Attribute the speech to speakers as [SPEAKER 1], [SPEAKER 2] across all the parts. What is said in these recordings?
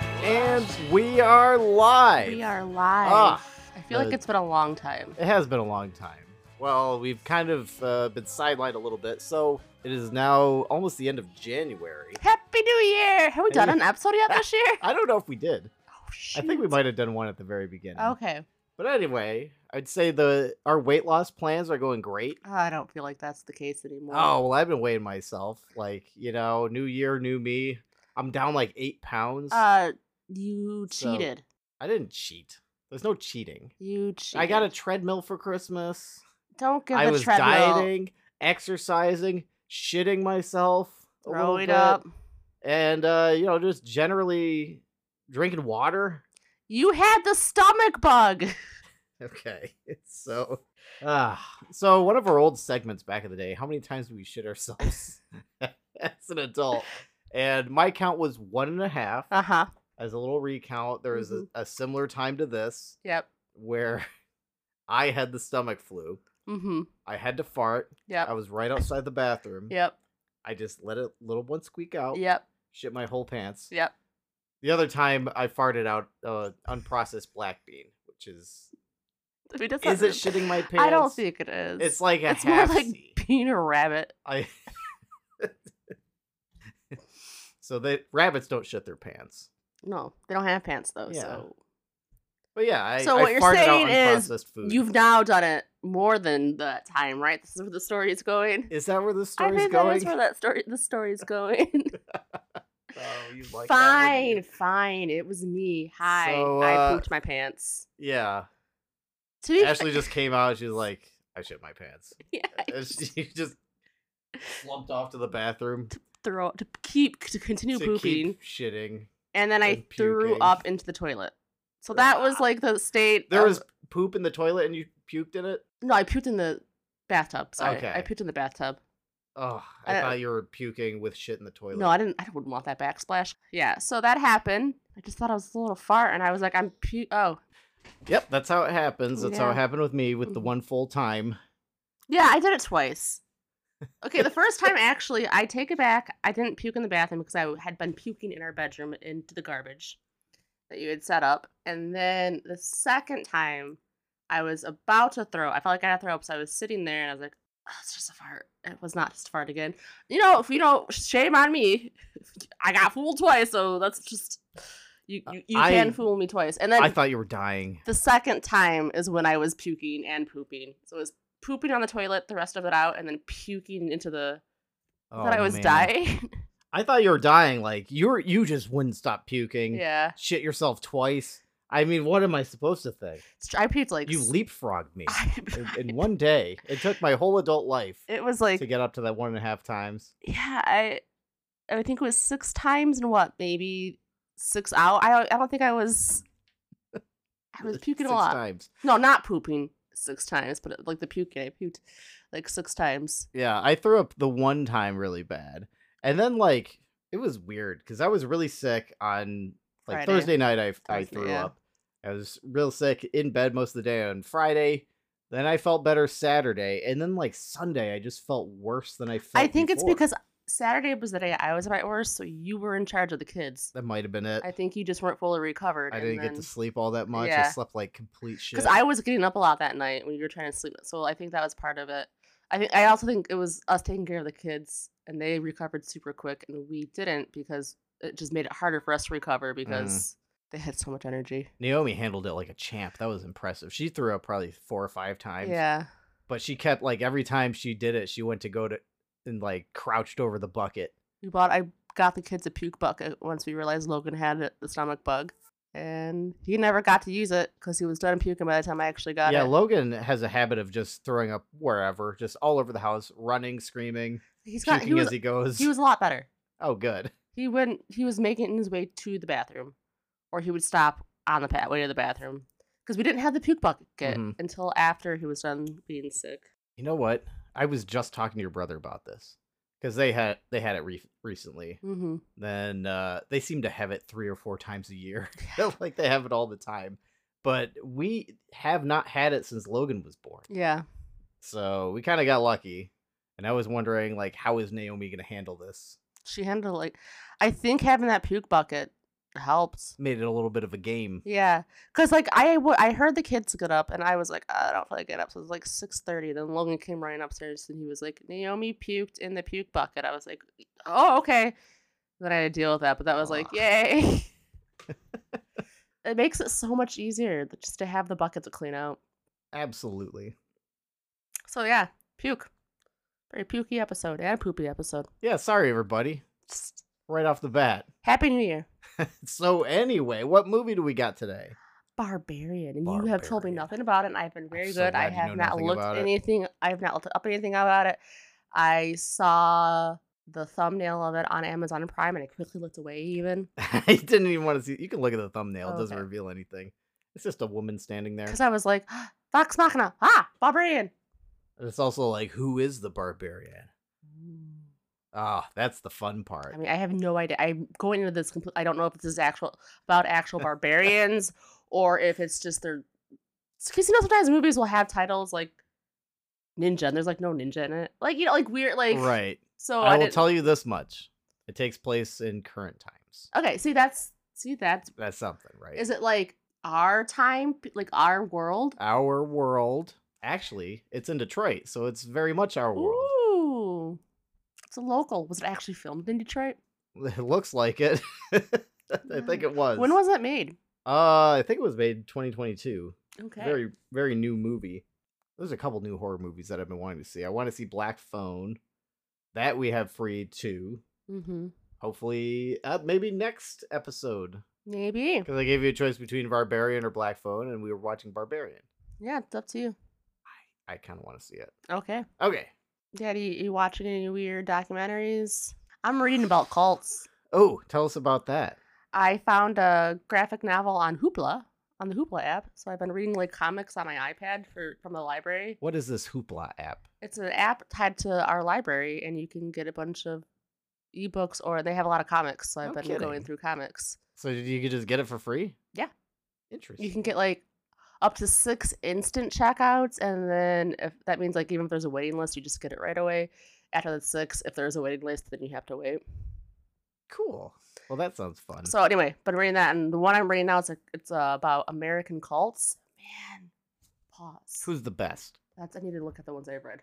[SPEAKER 1] times we are live.
[SPEAKER 2] We are live.
[SPEAKER 1] Ah,
[SPEAKER 2] I feel like
[SPEAKER 1] the-
[SPEAKER 2] it's been a long time.
[SPEAKER 1] It has been a long time. Well, we've kind of uh, been sidelined a little bit, so it is now almost the end of January.
[SPEAKER 2] Happy New Year! Have we done an episode yet this year?
[SPEAKER 1] I don't know if we did.
[SPEAKER 2] Oh,
[SPEAKER 1] I think we
[SPEAKER 2] shoot.
[SPEAKER 1] might have done one at the very beginning.
[SPEAKER 2] Okay.
[SPEAKER 1] But anyway, I'd say the our weight loss plans are going great.
[SPEAKER 2] Oh, I don't feel like that's the case anymore.
[SPEAKER 1] Oh well, I've been weighing myself. Like you know, new year, new me. I'm down like eight pounds.
[SPEAKER 2] Uh, you
[SPEAKER 1] So-
[SPEAKER 2] cheated.
[SPEAKER 1] I didn't cheat. There's no cheating.
[SPEAKER 2] You cheated.
[SPEAKER 1] I got a treadmill for Christmas.
[SPEAKER 2] Don't give
[SPEAKER 1] I
[SPEAKER 2] the
[SPEAKER 1] was
[SPEAKER 2] treadmill.
[SPEAKER 1] dieting, exercising, shitting myself, a little
[SPEAKER 2] Throw it
[SPEAKER 1] bit,
[SPEAKER 2] up.
[SPEAKER 1] and uh, you know, just generally drinking water.
[SPEAKER 2] You had the stomach bug.
[SPEAKER 1] Okay, so, uh, so one of our old segments back in the day. How many times do we shit ourselves as an adult? And my count was one and a half.
[SPEAKER 2] Uh huh.
[SPEAKER 1] As a little recount, there was
[SPEAKER 2] Mhm.
[SPEAKER 1] a, a similar time to this
[SPEAKER 2] Yep.
[SPEAKER 1] where I had the stomach flu.
[SPEAKER 2] Mm hmm.
[SPEAKER 1] I had to fart.
[SPEAKER 2] Yep.
[SPEAKER 1] I was right outside the bathroom.
[SPEAKER 2] Yep.
[SPEAKER 1] I just let a little one squeak out,
[SPEAKER 2] Yep.
[SPEAKER 1] shit my whole pants.
[SPEAKER 2] Yep.
[SPEAKER 1] The other time I farted out uh, unprocessed black bean, which is
[SPEAKER 2] I mean, that's not
[SPEAKER 1] is it
[SPEAKER 2] really-
[SPEAKER 1] shitting my pants?
[SPEAKER 2] I don't think it is.
[SPEAKER 1] it's like a
[SPEAKER 2] it's more
[SPEAKER 1] half
[SPEAKER 2] like
[SPEAKER 1] C.
[SPEAKER 2] being a rabbit.
[SPEAKER 1] I so they rabbits don't shit their pants,
[SPEAKER 2] No, they don't have pants though.
[SPEAKER 1] Yeah.
[SPEAKER 2] So
[SPEAKER 1] but yeah, I,
[SPEAKER 2] So
[SPEAKER 1] I
[SPEAKER 2] what you're
[SPEAKER 1] farted
[SPEAKER 2] saying
[SPEAKER 1] out
[SPEAKER 2] is
[SPEAKER 1] unprocessed food.
[SPEAKER 2] You've now done it more than the time, right? This is where the story is going.
[SPEAKER 1] is that where the
[SPEAKER 2] I
[SPEAKER 1] story's
[SPEAKER 2] think that
[SPEAKER 1] going?
[SPEAKER 2] is where that story the story is going.
[SPEAKER 1] oh, you like that, wouldn't
[SPEAKER 2] fine,
[SPEAKER 1] you?
[SPEAKER 2] fine. It was me. Hi.
[SPEAKER 1] So,
[SPEAKER 2] I
[SPEAKER 1] uh,
[SPEAKER 2] pooped my pants.
[SPEAKER 1] Yeah,
[SPEAKER 2] To be
[SPEAKER 1] Ashley just came out. and She's like, I shit my pants.
[SPEAKER 2] yeah, I
[SPEAKER 1] And she just slumped off to the bathroom.
[SPEAKER 2] throw to keep to continue
[SPEAKER 1] to
[SPEAKER 2] pooping.
[SPEAKER 1] keep shitting.
[SPEAKER 2] and then I
[SPEAKER 1] and
[SPEAKER 2] threw
[SPEAKER 1] puking.
[SPEAKER 2] up into the toilet. So that was
[SPEAKER 1] Ah.
[SPEAKER 2] like the state
[SPEAKER 1] There
[SPEAKER 2] of-
[SPEAKER 1] was poop in the toilet and you puked in it?
[SPEAKER 2] No, I puked in the bathtub. Sorry. I
[SPEAKER 1] Okay.
[SPEAKER 2] puked in the bathtub.
[SPEAKER 1] Oh, I
[SPEAKER 2] I-
[SPEAKER 1] thought you were puking with shit in the toilet.
[SPEAKER 2] No, I didn't. I wouldn't want that backsplash. Yeah, so that happened. I just thought I was a little fart, and I was like, "I'm pu- oh
[SPEAKER 1] Yep, that's how it happens. That's how
[SPEAKER 2] Yeah.
[SPEAKER 1] it happened with me with the
[SPEAKER 2] Mhm.
[SPEAKER 1] one full time.
[SPEAKER 2] yeah, I did it twice." Okay, the first time actually, I take it back. I didn't puke in the bathroom because I had been puking in our bedroom into the garbage that you had set up, and then the second time, I was about to throw. I felt like I had to throw up, so I was sitting there and I was like, oh, "It's just a fart." It was not just a fart again. You know, if you don't, shame on me. I got fooled twice, so that's just. You, you, you
[SPEAKER 1] Uh, I-
[SPEAKER 2] can fool me twice. And then
[SPEAKER 1] I thought you were dying.
[SPEAKER 2] The second time is when I was puking and pooping. So it was pooping on the toilet, the rest of it out, and then puking into the. I thought
[SPEAKER 1] Oh,
[SPEAKER 2] I was
[SPEAKER 1] man.
[SPEAKER 2] dying.
[SPEAKER 1] I thought you were dying. Like you were, you just wouldn't stop puking.
[SPEAKER 2] yeah.
[SPEAKER 1] Shit yourself twice. I mean, what am I supposed to think?
[SPEAKER 2] It's tr- I puked like.
[SPEAKER 1] You
[SPEAKER 2] s-
[SPEAKER 1] leapfrogged me in,
[SPEAKER 2] I-
[SPEAKER 1] in one day. It took my whole adult life
[SPEAKER 2] it was like.
[SPEAKER 1] to get up to that one and a half times.
[SPEAKER 2] Yeah, I. I think it was six times in what, maybe six hours? I, don't- I don't think I was. I was puking
[SPEAKER 1] Six
[SPEAKER 2] a lot.
[SPEAKER 1] times.
[SPEAKER 2] No, not pooping six times, but uh, like the puking, I puked like six times.
[SPEAKER 1] Yeah, I threw up the one time really bad. And then like it was weird because I was really sick on like
[SPEAKER 2] Friday.
[SPEAKER 1] Thursday night I I
[SPEAKER 2] Thursday,
[SPEAKER 1] threw
[SPEAKER 2] yeah.
[SPEAKER 1] up. I was real sick in bed most of the day on Friday. Then I felt better Saturday, and then like Sunday I just felt worse than I felt.
[SPEAKER 2] I think it's
[SPEAKER 1] before.
[SPEAKER 2] because Saturday was the day I was at my worst, so you were in charge of the kids.
[SPEAKER 1] that might have been it.
[SPEAKER 2] I think you just weren't fully recovered.
[SPEAKER 1] I didn't
[SPEAKER 2] and then,
[SPEAKER 1] get to sleep all that much. I
[SPEAKER 2] Yeah.
[SPEAKER 1] slept like complete shit.
[SPEAKER 2] because I was getting up a lot that night when you were trying to sleep. So I think that was part of it. I think I also think it was us taking care of the kids, and they recovered super quick, and we didn't because it just made it harder for us to recover
[SPEAKER 1] Mm.
[SPEAKER 2] because they had so much energy.
[SPEAKER 1] Naomi handled it like a champ. That was impressive. She threw up probably four or five times.
[SPEAKER 2] yeah,
[SPEAKER 1] But she kept like every time she did it, she went to go to and like crouched over the bucket.
[SPEAKER 2] we bought. I got the kids a puke bucket once we realized Logan had it- the stomach bug, and he never got to use it because he was done puking by the time I actually got
[SPEAKER 1] yeah,
[SPEAKER 2] it.
[SPEAKER 1] Logan has a habit of just throwing up wherever, just all over the house, running, screaming,
[SPEAKER 2] He's got.
[SPEAKER 1] puking
[SPEAKER 2] He was,
[SPEAKER 1] as he goes.
[SPEAKER 2] he was a lot better.
[SPEAKER 1] oh, good.
[SPEAKER 2] He went. He was making his way to the bathroom, or he would stop on the pathway to the bathroom because we didn't have the puke bucket
[SPEAKER 1] Mhm.
[SPEAKER 2] until after he was done being sick.
[SPEAKER 1] You know what? I was just talking to your brother about this because they had they had it re- recently.
[SPEAKER 2] Mm-hmm.
[SPEAKER 1] Then uh, they seem to have it three or four times a year, like they have it all the time. But we have not had it since Logan was born,
[SPEAKER 2] Yeah.
[SPEAKER 1] so we kind of got lucky. And I was wondering, like, how is Naomi going to handle this?
[SPEAKER 2] She handled like, I think having that puke bucket helped.
[SPEAKER 1] Made it a little bit of a game.
[SPEAKER 2] Yeah, cause like I w- I heard the kids get up and I was like I don't feel like get up. So it was like six thirty. Then Logan came running upstairs and he was like Naomi puked in the puke bucket. I was like, oh okay. Then I had to deal with that, but that was like
[SPEAKER 1] Aw.
[SPEAKER 2] yay. it makes it so much easier th- just to have the bucket to clean out.
[SPEAKER 1] Absolutely.
[SPEAKER 2] So yeah, puke. Very pukey episode and poopy episode.
[SPEAKER 1] Yeah, sorry everybody.
[SPEAKER 2] Just-
[SPEAKER 1] Right off the bat.
[SPEAKER 2] Happy New Year.
[SPEAKER 1] so anyway, what movie do we got today?
[SPEAKER 2] Barbarian, and you have told me
[SPEAKER 1] Barbarian.
[SPEAKER 2] nothing about it. And I've been very
[SPEAKER 1] so
[SPEAKER 2] good. I
[SPEAKER 1] glad you know
[SPEAKER 2] have not
[SPEAKER 1] nothing
[SPEAKER 2] looked
[SPEAKER 1] about it.
[SPEAKER 2] anything. I have not looked up anything about it. I saw the thumbnail of it on Amazon Prime, and I quickly looked away. Even
[SPEAKER 1] I didn't even want to see. You can look at the thumbnail; it doesn't
[SPEAKER 2] Okay.
[SPEAKER 1] reveal anything. It's just a woman standing there.
[SPEAKER 2] because I was like, "Vox Machina, ah, Barbarian."
[SPEAKER 1] And it's also like, who is the barbarian? Ah, that's the fun part.
[SPEAKER 2] I mean, I have no idea. I'm going into this. Complete, I don't know if this is actual about actual barbarians or if it's just their. Because you know, sometimes movies will have titles like ninja, and there's like no ninja in it. Like you know, like weird, like
[SPEAKER 1] right.
[SPEAKER 2] So
[SPEAKER 1] I,
[SPEAKER 2] I,
[SPEAKER 1] will
[SPEAKER 2] didn't.
[SPEAKER 1] tell you this much: it takes place in current times.
[SPEAKER 2] okay, see that's see that's
[SPEAKER 1] That's something, right?
[SPEAKER 2] is it like our time, p- like our world?
[SPEAKER 1] our world? Actually, it's in Detroit, so it's very much our world.
[SPEAKER 2] Ooh, it's a local. Was it actually filmed in Detroit?
[SPEAKER 1] It looks like it. I think it was.
[SPEAKER 2] When was it made?
[SPEAKER 1] Uh, I think it was made 2022.
[SPEAKER 2] Okay,
[SPEAKER 1] Very, very new movie. There's a couple new horror movies that I've been wanting to see. I want to see Black Phone. That we have free too.
[SPEAKER 2] hmm
[SPEAKER 1] Hopefully, uh, maybe next episode.
[SPEAKER 2] maybe.
[SPEAKER 1] Because I gave you a choice between Barbarian or Black Phone, and we were watching Barbarian.
[SPEAKER 2] Yeah, it's up to you.
[SPEAKER 1] I kind of want to see it.
[SPEAKER 2] Okay,
[SPEAKER 1] Okay.
[SPEAKER 2] Daddy, you watching any weird documentaries? I'm reading about cults.
[SPEAKER 1] Oh, tell us about that.
[SPEAKER 2] I found a graphic novel on Hoopla on the Hoopla app, so I've been reading like comics on my iPad for from the library.
[SPEAKER 1] What is this Hoopla app?
[SPEAKER 2] it's an app tied to our library and you can get a bunch of ebooks or they have a lot of comics so i've
[SPEAKER 1] No
[SPEAKER 2] been going
[SPEAKER 1] kidding.
[SPEAKER 2] through comics
[SPEAKER 1] So you could just get it for free?
[SPEAKER 2] Yeah.
[SPEAKER 1] Interesting.
[SPEAKER 2] you can get like up to six instant checkouts and then if that means like even if there's a waiting list you just get it right away after the six if there's a waiting list then you have to wait
[SPEAKER 1] cool. Well, that sounds fun.
[SPEAKER 2] so anyway been reading that and the one i'm reading now is like it's uh, about american cults man pause
[SPEAKER 1] Who's the best?
[SPEAKER 2] That's I need to look at the ones I've read.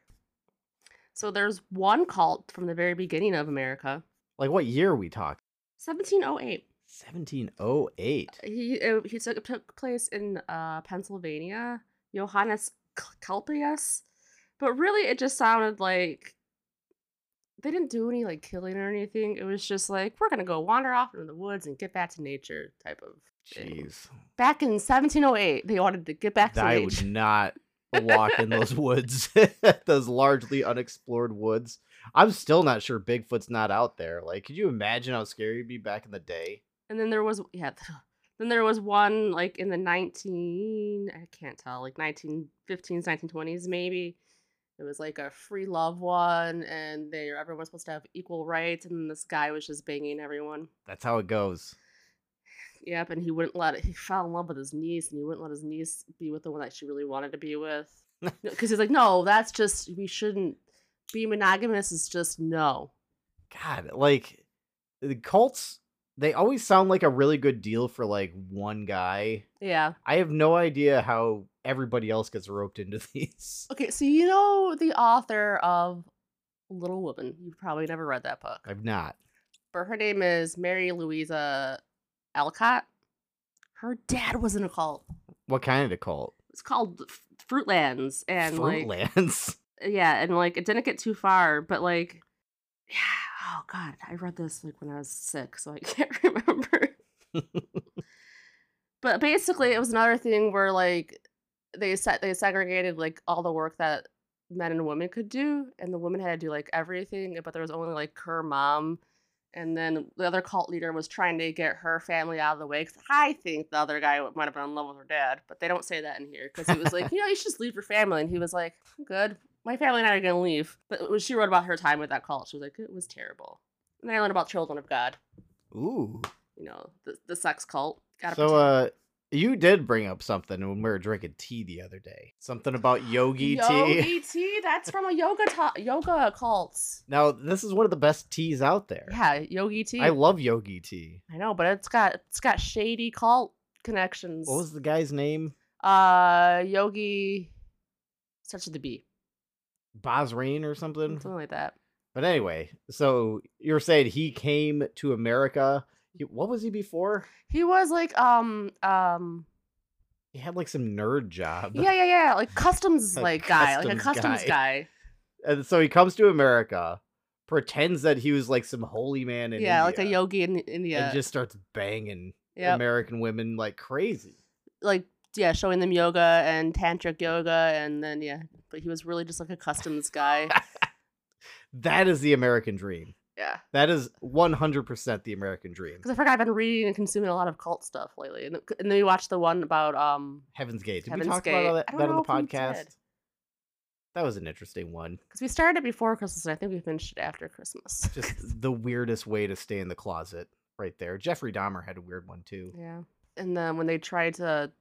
[SPEAKER 2] So there's one cult from the very beginning of America,
[SPEAKER 1] Like, what year are we talking?
[SPEAKER 2] 1708.
[SPEAKER 1] 1708.
[SPEAKER 2] He uh, he took, took place in uh, Pennsylvania, Johannes K- Kelpius, but really it just sounded like they didn't do any like killing or anything. It was just like we're gonna go wander off into the woods and get back to nature type of. thing.
[SPEAKER 1] Jeez.
[SPEAKER 2] Back in 1708, they wanted to get back to
[SPEAKER 1] I
[SPEAKER 2] nature.
[SPEAKER 1] would not walk in those woods, those largely unexplored woods. I'm still not sure Bigfoot's not out there. Like, could you imagine how scary it'd be back in the day?
[SPEAKER 2] And then there was yeah, then there was one like in the nineteen I can't tell like 1915s, 1920s maybe. It was like a free love one, and they everyone was supposed to have equal rights, and this guy was just banging everyone.
[SPEAKER 1] That's how it goes.
[SPEAKER 2] Yep, and he wouldn't let it. He fell in love with his niece, and he wouldn't let his niece be with the one that she really wanted to be with. Because he's like, no, that's just we shouldn't be monogamous. Is just no.
[SPEAKER 1] God, like the cults, they always sound like a really good deal for like one guy.
[SPEAKER 2] Yeah.
[SPEAKER 1] I have no idea how everybody else gets roped into these.
[SPEAKER 2] Okay, so you know the author of Little Woman. You've probably never read that book.
[SPEAKER 1] I've not.
[SPEAKER 2] But her name is Mary Louisa Alcott. Her dad was in a cult.
[SPEAKER 1] What kind of cult?
[SPEAKER 2] It's called F- Fruitlands, and like
[SPEAKER 1] Fruitlands.
[SPEAKER 2] Uh, yeah, and like it didn't get too far, but like yeah. Oh god, I read this like when I was sick, so I can't remember. but basically, it was another thing where like they set they segregated like all the work that men and women could do, and the women had to do like everything, but there was only like her mom. And then the other cult leader was trying to get her family out of the way because I think the other guy might have been in love with her dad, but they don't say that in here because he was like, you know, you should just leave your family. And he was like, I'm good my family and I are going to leave. But when she wrote about her time with that cult, she was like, it was terrible. And then I learned about Children of God,
[SPEAKER 1] Ooh.
[SPEAKER 2] you know, the, the sex cult. Gotta
[SPEAKER 1] So
[SPEAKER 2] protect-
[SPEAKER 1] uh You did bring up something when we were drinking tea the other day. Something about yogi, tea.
[SPEAKER 2] Yogi tea. That's from a yoga ta- yoga cult.
[SPEAKER 1] Now, this is one of the best teas out there.
[SPEAKER 2] Yeah, yogi tea.
[SPEAKER 1] I love yogi tea.
[SPEAKER 2] I know, but it's got it's got shady cult connections.
[SPEAKER 1] What was the guy's name?
[SPEAKER 2] uh yogi starts with the B,
[SPEAKER 1] Bosrain or something?
[SPEAKER 2] something like that.
[SPEAKER 1] But anyway, so you're saying he came to America. He, what was he before?
[SPEAKER 2] He was like um um
[SPEAKER 1] He had like some nerd job.
[SPEAKER 2] yeah yeah yeah like customs
[SPEAKER 1] A
[SPEAKER 2] like guy like a
[SPEAKER 1] customs
[SPEAKER 2] customs guy.
[SPEAKER 1] And so he comes to America, pretends that he was like some holy man in
[SPEAKER 2] Yeah, like a
[SPEAKER 1] India,
[SPEAKER 2] yogi in India.
[SPEAKER 1] and just starts banging
[SPEAKER 2] Yep.
[SPEAKER 1] American women like crazy.
[SPEAKER 2] like yeah, showing them yoga and tantric yoga, and then yeah, but he was really just like a customs guy.
[SPEAKER 1] That is the American dream.
[SPEAKER 2] yeah,
[SPEAKER 1] That is 100% the American dream.
[SPEAKER 2] because I forgot I've been reading and consuming a lot of cult stuff lately, and, and then we watched the one about um
[SPEAKER 1] Heaven's Gate. Did
[SPEAKER 2] Heaven's
[SPEAKER 1] we talk
[SPEAKER 2] Gate.
[SPEAKER 1] about that,
[SPEAKER 2] I don't
[SPEAKER 1] that on
[SPEAKER 2] know
[SPEAKER 1] the
[SPEAKER 2] if we did.
[SPEAKER 1] podcast? That was an interesting one.
[SPEAKER 2] because we started it before Christmas, and I think we finished it after Christmas.
[SPEAKER 1] Just the weirdest way to stay in the closet right there. Jeffrey Dahmer had a weird one too.
[SPEAKER 2] yeah, and then when they tried to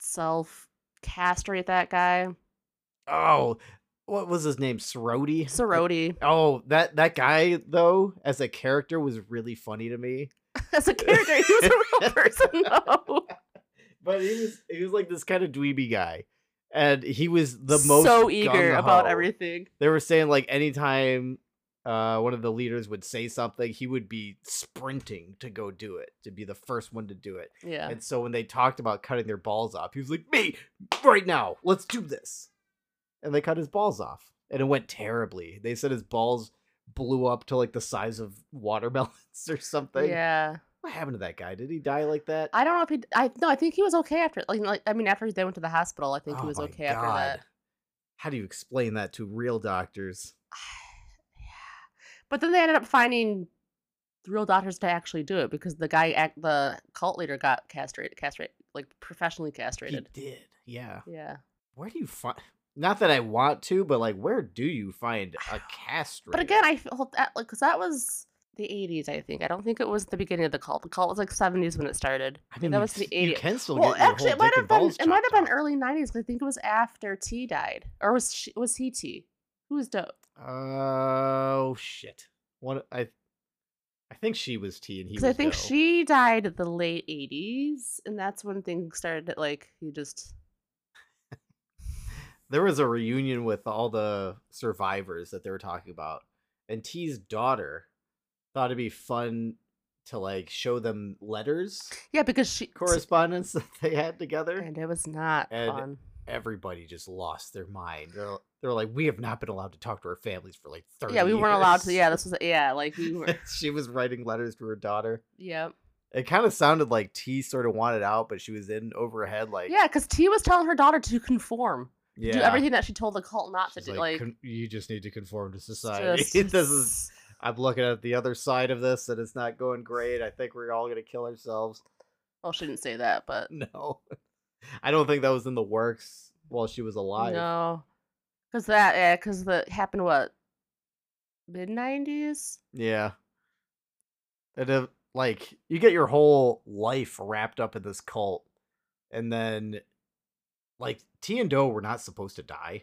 [SPEAKER 2] self castrate that guy,
[SPEAKER 1] Oh, what was his name? Sorority?
[SPEAKER 2] Sorority,
[SPEAKER 1] Oh, that that guy though, as a character, was really funny to me.
[SPEAKER 2] as a character, he was a real person though.
[SPEAKER 1] But he was he was like this kind of dweeby guy, and he was the most
[SPEAKER 2] so eager about
[SPEAKER 1] gung-ho.
[SPEAKER 2] everything.
[SPEAKER 1] They were saying like anytime uh, one of the leaders would say something, he would be sprinting to go do it, to be the first one to do it.
[SPEAKER 2] Yeah,
[SPEAKER 1] And so when they talked about cutting their balls off, he was like, "Me right now, let's do this," and they cut his balls off, and it went terribly. They said his balls blew up to like the size of watermelons or something.
[SPEAKER 2] yeah.
[SPEAKER 1] What happened to that guy? Did he die like that?
[SPEAKER 2] I don't know if he. I no. I think he was okay after. Like, like I mean, after they went to the hospital, I think he
[SPEAKER 1] Oh
[SPEAKER 2] was
[SPEAKER 1] my
[SPEAKER 2] okay after that.
[SPEAKER 1] God. How do you explain that to real doctors?
[SPEAKER 2] But then they ended up finding real doctors to actually do it because the guy, act, the cult leader, got castrated, castrated, like professionally
[SPEAKER 1] He
[SPEAKER 2] castrated.
[SPEAKER 1] did. Yeah.
[SPEAKER 2] yeah,
[SPEAKER 1] Where do you find? Not that I want to, but like, where do you find a castrator?
[SPEAKER 2] but again, I feel that like because that was the '80s. I think I don't think it was the beginning of the cult. The cult was like '70s when it started.
[SPEAKER 1] I mean,
[SPEAKER 2] that
[SPEAKER 1] you
[SPEAKER 2] was the
[SPEAKER 1] s- you
[SPEAKER 2] 80s.
[SPEAKER 1] can still
[SPEAKER 2] well,
[SPEAKER 1] get your
[SPEAKER 2] actually,
[SPEAKER 1] whole
[SPEAKER 2] it might
[SPEAKER 1] dick
[SPEAKER 2] have
[SPEAKER 1] and
[SPEAKER 2] been
[SPEAKER 1] balls
[SPEAKER 2] it might have
[SPEAKER 1] chopped
[SPEAKER 2] been early '90s. 'cause I think it was after T died, or was she, was he T? Who was dope?
[SPEAKER 1] Oh shit! What I, I think she was T and he was.
[SPEAKER 2] Because I think
[SPEAKER 1] dough.
[SPEAKER 2] she died in the late '80s, and that's when things started. Like you just
[SPEAKER 1] There was a reunion with all the survivors that they were talking about, and T's daughter thought it'd be fun to like show them letters
[SPEAKER 2] yeah, because she
[SPEAKER 1] correspondence that they had together.
[SPEAKER 2] and it was not
[SPEAKER 1] And-
[SPEAKER 2] fun.
[SPEAKER 1] Everybody just lost their mind. They're, they're like, we have not been allowed to talk to our families for like thirty.
[SPEAKER 2] Yeah, we weren't allowed to.
[SPEAKER 1] years."
[SPEAKER 2] Yeah, this was yeah, like we were.
[SPEAKER 1] she was writing letters to her daughter.
[SPEAKER 2] yep.
[SPEAKER 1] It kind of sounded like T sort of wanted out, but she was in over her head. Like,
[SPEAKER 2] Yeah, because T was telling her daughter to conform,
[SPEAKER 1] yeah.
[SPEAKER 2] do everything that she told the cult not
[SPEAKER 1] She's
[SPEAKER 2] to do. Like,
[SPEAKER 1] "Con- you just need to conform to society.
[SPEAKER 2] just-
[SPEAKER 1] this is. I'm looking at the other side of this, and it's not going great. I think we're all gonna kill ourselves.
[SPEAKER 2] Well, she didn't say that, but
[SPEAKER 1] No, I don't think that was in the works while she was alive.
[SPEAKER 2] no, because that yeah, because that happened what mid '90s.
[SPEAKER 1] Yeah. And if, like you get your whole life wrapped up in this cult, and then like T and Doe were not supposed to die.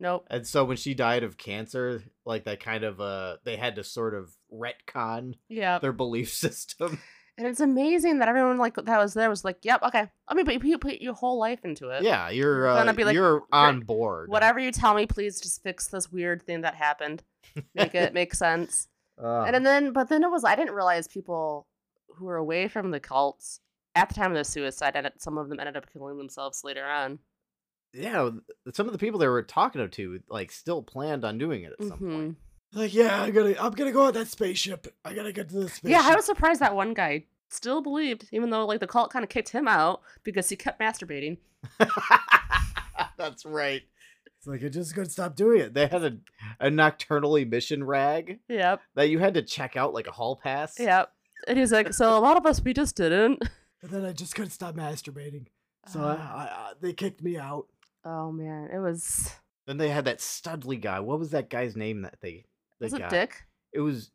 [SPEAKER 2] Nope.
[SPEAKER 1] And so when she died of cancer, like that kind of uh they had to sort of retcon
[SPEAKER 2] Yeah.
[SPEAKER 1] their belief system.
[SPEAKER 2] And it's amazing that everyone like that was there was like, yep, okay. I mean, but you put your whole life into it.
[SPEAKER 1] yeah, you're uh,
[SPEAKER 2] gonna be like,
[SPEAKER 1] you're on
[SPEAKER 2] "Great,
[SPEAKER 1] board.
[SPEAKER 2] Whatever you tell me, please just fix this weird thing that happened. Make it make sense.
[SPEAKER 1] Uh,
[SPEAKER 2] And then, but then it was I didn't realize people who were away from the cults at the time of the suicide, and some of them ended up killing themselves later on.
[SPEAKER 1] yeah, th- some of the people they were talking to like still planned on doing it at some point.
[SPEAKER 2] Mhm.
[SPEAKER 1] Like, yeah, I'm gonna I'm gonna go on that spaceship. I gotta get to the spaceship.
[SPEAKER 2] Yeah, I was surprised that one guy still believed, even though like the cult kind of kicked him out because he kept masturbating.
[SPEAKER 1] That's right. It's like I just couldn't stop doing it. They had a, a nocturnal emission rag
[SPEAKER 2] Yep,
[SPEAKER 1] that you had to check out like a hall pass.
[SPEAKER 2] yep. And he's like, so a lot of us we just didn't.
[SPEAKER 1] And then I just couldn't stop masturbating.
[SPEAKER 2] Ah.
[SPEAKER 1] they kicked me out.
[SPEAKER 2] Oh man, it was.
[SPEAKER 1] Then they had that Studley guy. What was that guy's name that they they
[SPEAKER 2] Was it
[SPEAKER 1] got?
[SPEAKER 2] Dick?
[SPEAKER 1] It was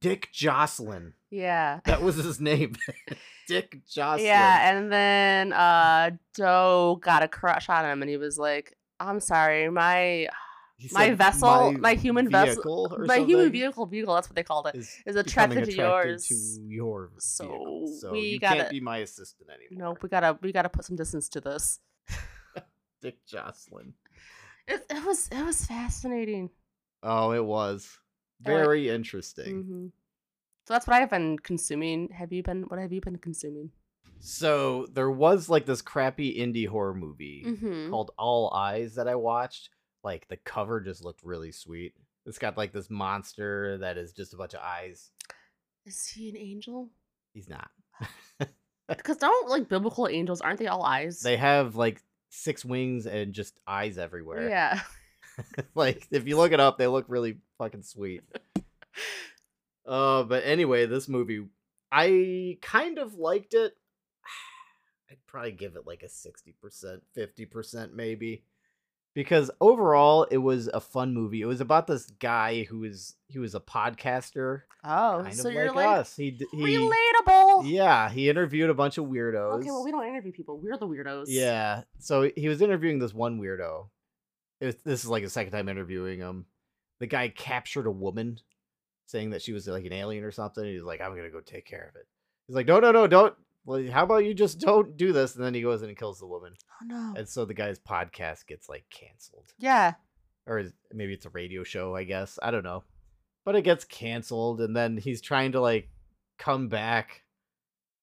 [SPEAKER 1] Dick Jocelyn.
[SPEAKER 2] Yeah.
[SPEAKER 1] That was his name. Dick Jocelyn.
[SPEAKER 2] Yeah, and then uh Doe got a crush on him and he was like, I'm sorry, my
[SPEAKER 1] He
[SPEAKER 2] my
[SPEAKER 1] said,
[SPEAKER 2] vessel- my human vessel-
[SPEAKER 1] vehicle or
[SPEAKER 2] my human
[SPEAKER 1] something
[SPEAKER 2] vehicle vehicle, that's what they called it.
[SPEAKER 1] is
[SPEAKER 2] Is attracted
[SPEAKER 1] becoming
[SPEAKER 2] to
[SPEAKER 1] attracted
[SPEAKER 2] yours.
[SPEAKER 1] to your
[SPEAKER 2] So
[SPEAKER 1] vehicle, so
[SPEAKER 2] we
[SPEAKER 1] you
[SPEAKER 2] gotta-
[SPEAKER 1] can't be my assistant anymore.
[SPEAKER 2] Nope, we gotta we gotta put some distance to this.
[SPEAKER 1] Dick Jocelyn.
[SPEAKER 2] It, it was it was fascinating.
[SPEAKER 1] Oh, it was
[SPEAKER 2] I like-
[SPEAKER 1] very interesting.
[SPEAKER 2] hmm So that's what I've been consuming. Have you been? What have you been consuming?
[SPEAKER 1] So there was like this crappy indie horror movie
[SPEAKER 2] Mm-hmm.
[SPEAKER 1] called All Eyes that I watched. Like the cover just looked really sweet. It's got like this monster that is just a bunch of eyes.
[SPEAKER 2] Is he an angel?
[SPEAKER 1] He's not.
[SPEAKER 2] Because don't like biblical angels aren't they all eyes?
[SPEAKER 1] Eh. They have like six wings and just eyes everywhere.
[SPEAKER 2] Yeah.
[SPEAKER 1] like if you look it up, they look really fucking sweet. Uh, but anyway, this movie, I kind of liked it. I'd probably give it like a sixty percent, fifty percent, maybe, because overall it was a fun movie. It was about this guy who was he was a podcaster,
[SPEAKER 2] Oh,
[SPEAKER 1] kind
[SPEAKER 2] so
[SPEAKER 1] of
[SPEAKER 2] you're
[SPEAKER 1] like,
[SPEAKER 2] like
[SPEAKER 1] us. He d- he,
[SPEAKER 2] relatable.
[SPEAKER 1] yeah, he interviewed a bunch of weirdos.
[SPEAKER 2] Okay, well we don't interview people. We're the weirdos.
[SPEAKER 1] Yeah. So he was interviewing this one weirdo. It was, this is like his second time interviewing him. The guy captured a woman, saying that she was like an alien or something. He's like, "I'm gonna go take care of it." He's like, "No, no, no, don't. Well, how about you just don't do this?" And then he goes in and kills the woman.
[SPEAKER 2] Oh no.
[SPEAKER 1] And so the guy's podcast gets like canceled,
[SPEAKER 2] yeah.
[SPEAKER 1] or is, maybe it's a radio show. I guess I don't know, but it gets canceled, and then he's trying to like come back.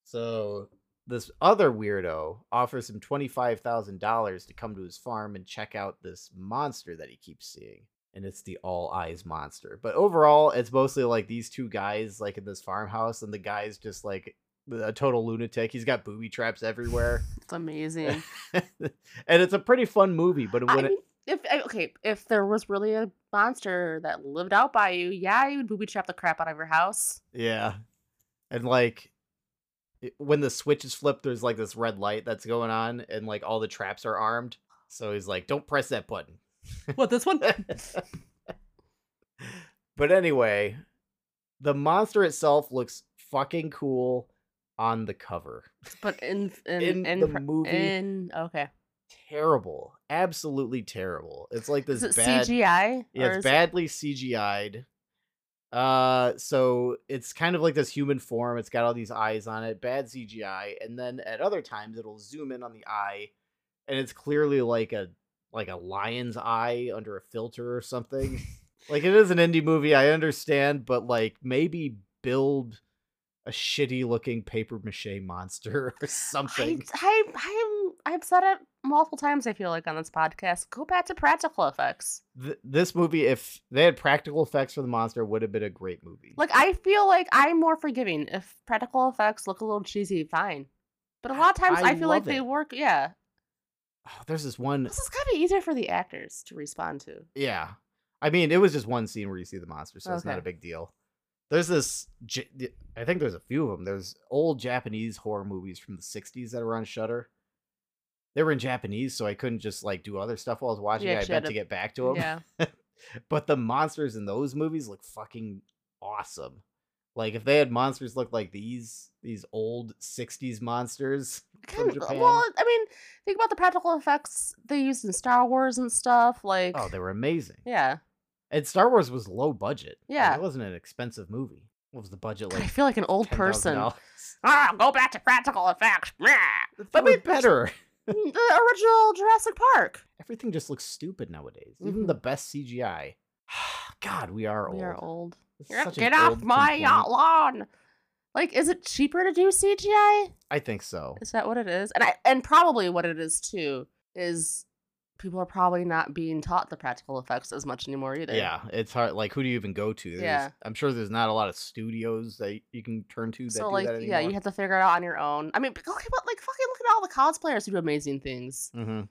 [SPEAKER 1] So this other weirdo offers him $25,000 to come to his farm and check out this monster that he keeps seeing. And it's the all eyes monster. But overall, it's mostly like these two guys like in this farmhouse and the guy's just like a total lunatic. He's got booby traps everywhere.
[SPEAKER 2] It's amazing.
[SPEAKER 1] and it's a pretty fun movie, but
[SPEAKER 2] I
[SPEAKER 1] when it,
[SPEAKER 2] mean, if I- okay, if there was really a monster that lived out by you, yeah, you would booby trap the crap out of your house.
[SPEAKER 1] yeah. And like it- when the switch is flipped, there's like this red light that's going on and like all the traps are armed. So he's like, "Don't press that button."
[SPEAKER 2] What this one?
[SPEAKER 1] but anyway, the monster itself looks fucking cool on the cover.
[SPEAKER 2] but in in
[SPEAKER 1] In
[SPEAKER 2] in,
[SPEAKER 1] the
[SPEAKER 2] pr-
[SPEAKER 1] movie-
[SPEAKER 2] in- okay.
[SPEAKER 1] Terrible, absolutely terrible. It's like this
[SPEAKER 2] Is it
[SPEAKER 1] bad,
[SPEAKER 2] CGI?
[SPEAKER 1] yeah,
[SPEAKER 2] or
[SPEAKER 1] it's
[SPEAKER 2] is-
[SPEAKER 1] badly CGI'd. Uh, so it's kind of like this human form. It's got all these eyes on it, bad CGI, and then at other times it'll zoom in on the eye, and it's clearly like a like a lion's eye under a filter or something. like it is an indie movie i understand but like maybe build a shitty looking paper mache monster or
[SPEAKER 2] I,
[SPEAKER 1] something
[SPEAKER 2] I, I'm, I've said it multiple times, I feel like, on this podcast. Go back to practical effects.
[SPEAKER 1] Th- this movie if they had practical effects for the monster would have been a great movie
[SPEAKER 2] Like, I feel like I'm more forgiving. If practical effects look a little cheesy, fine. But a lot of times
[SPEAKER 1] I
[SPEAKER 2] I, feel like
[SPEAKER 1] love
[SPEAKER 2] they
[SPEAKER 1] it.
[SPEAKER 2] work, yeah.
[SPEAKER 1] oh, there's this one
[SPEAKER 2] This is kind of easier for the actors to respond to.
[SPEAKER 1] yeah i mean it was just one scene where you see the monster so it's not
[SPEAKER 2] Okay.
[SPEAKER 1] a big deal there's this J- th- i think there's a few of them there's old japanese horror movies from the 60s that are on shutter they were in japanese so i couldn't just like do other stuff while i was watching it i
[SPEAKER 2] actually had
[SPEAKER 1] meant
[SPEAKER 2] to-
[SPEAKER 1] to get back to them
[SPEAKER 2] Yeah.
[SPEAKER 1] but the monsters in those movies look fucking awesome. Like if they had monsters look like these these old 60s monsters.
[SPEAKER 2] Kind of,
[SPEAKER 1] Japan.
[SPEAKER 2] uh, well, I mean, think about the practical effects they used in Star Wars and stuff. Like,
[SPEAKER 1] Oh, they were amazing.
[SPEAKER 2] yeah.
[SPEAKER 1] And Star Wars was low budget. Like,
[SPEAKER 2] Yeah.
[SPEAKER 1] it wasn't an expensive movie. What was the budget
[SPEAKER 2] God, I
[SPEAKER 1] like?
[SPEAKER 2] feel like an old person.
[SPEAKER 1] $10,000?
[SPEAKER 2] Ah, go back to practical effects. Blah.
[SPEAKER 1] They
[SPEAKER 2] But we-
[SPEAKER 1] were better.
[SPEAKER 2] the original Jurassic Park.
[SPEAKER 1] Everything just looks stupid nowadays.
[SPEAKER 2] Mhm.
[SPEAKER 1] Even the best CGI. God, we are old.
[SPEAKER 2] We are old.
[SPEAKER 1] This is
[SPEAKER 2] You're-
[SPEAKER 1] such an
[SPEAKER 2] get off
[SPEAKER 1] old
[SPEAKER 2] my
[SPEAKER 1] complaint.
[SPEAKER 2] uh, lawn. Like, is it cheaper to do CGI?
[SPEAKER 1] I think so.
[SPEAKER 2] Is that what it is? And I and probably what it is too is people are probably not being taught the practical effects as much anymore either.
[SPEAKER 1] Yeah, it's hard. Like, who do you even go to? There's,
[SPEAKER 2] Yeah.
[SPEAKER 1] I'm sure there's not a lot of studios that you can turn to. That
[SPEAKER 2] So
[SPEAKER 1] do
[SPEAKER 2] like,
[SPEAKER 1] that
[SPEAKER 2] yeah, you have to figure it out on your own. I mean, okay, but like, fucking look at all the cosplayers who do amazing things.
[SPEAKER 1] hmm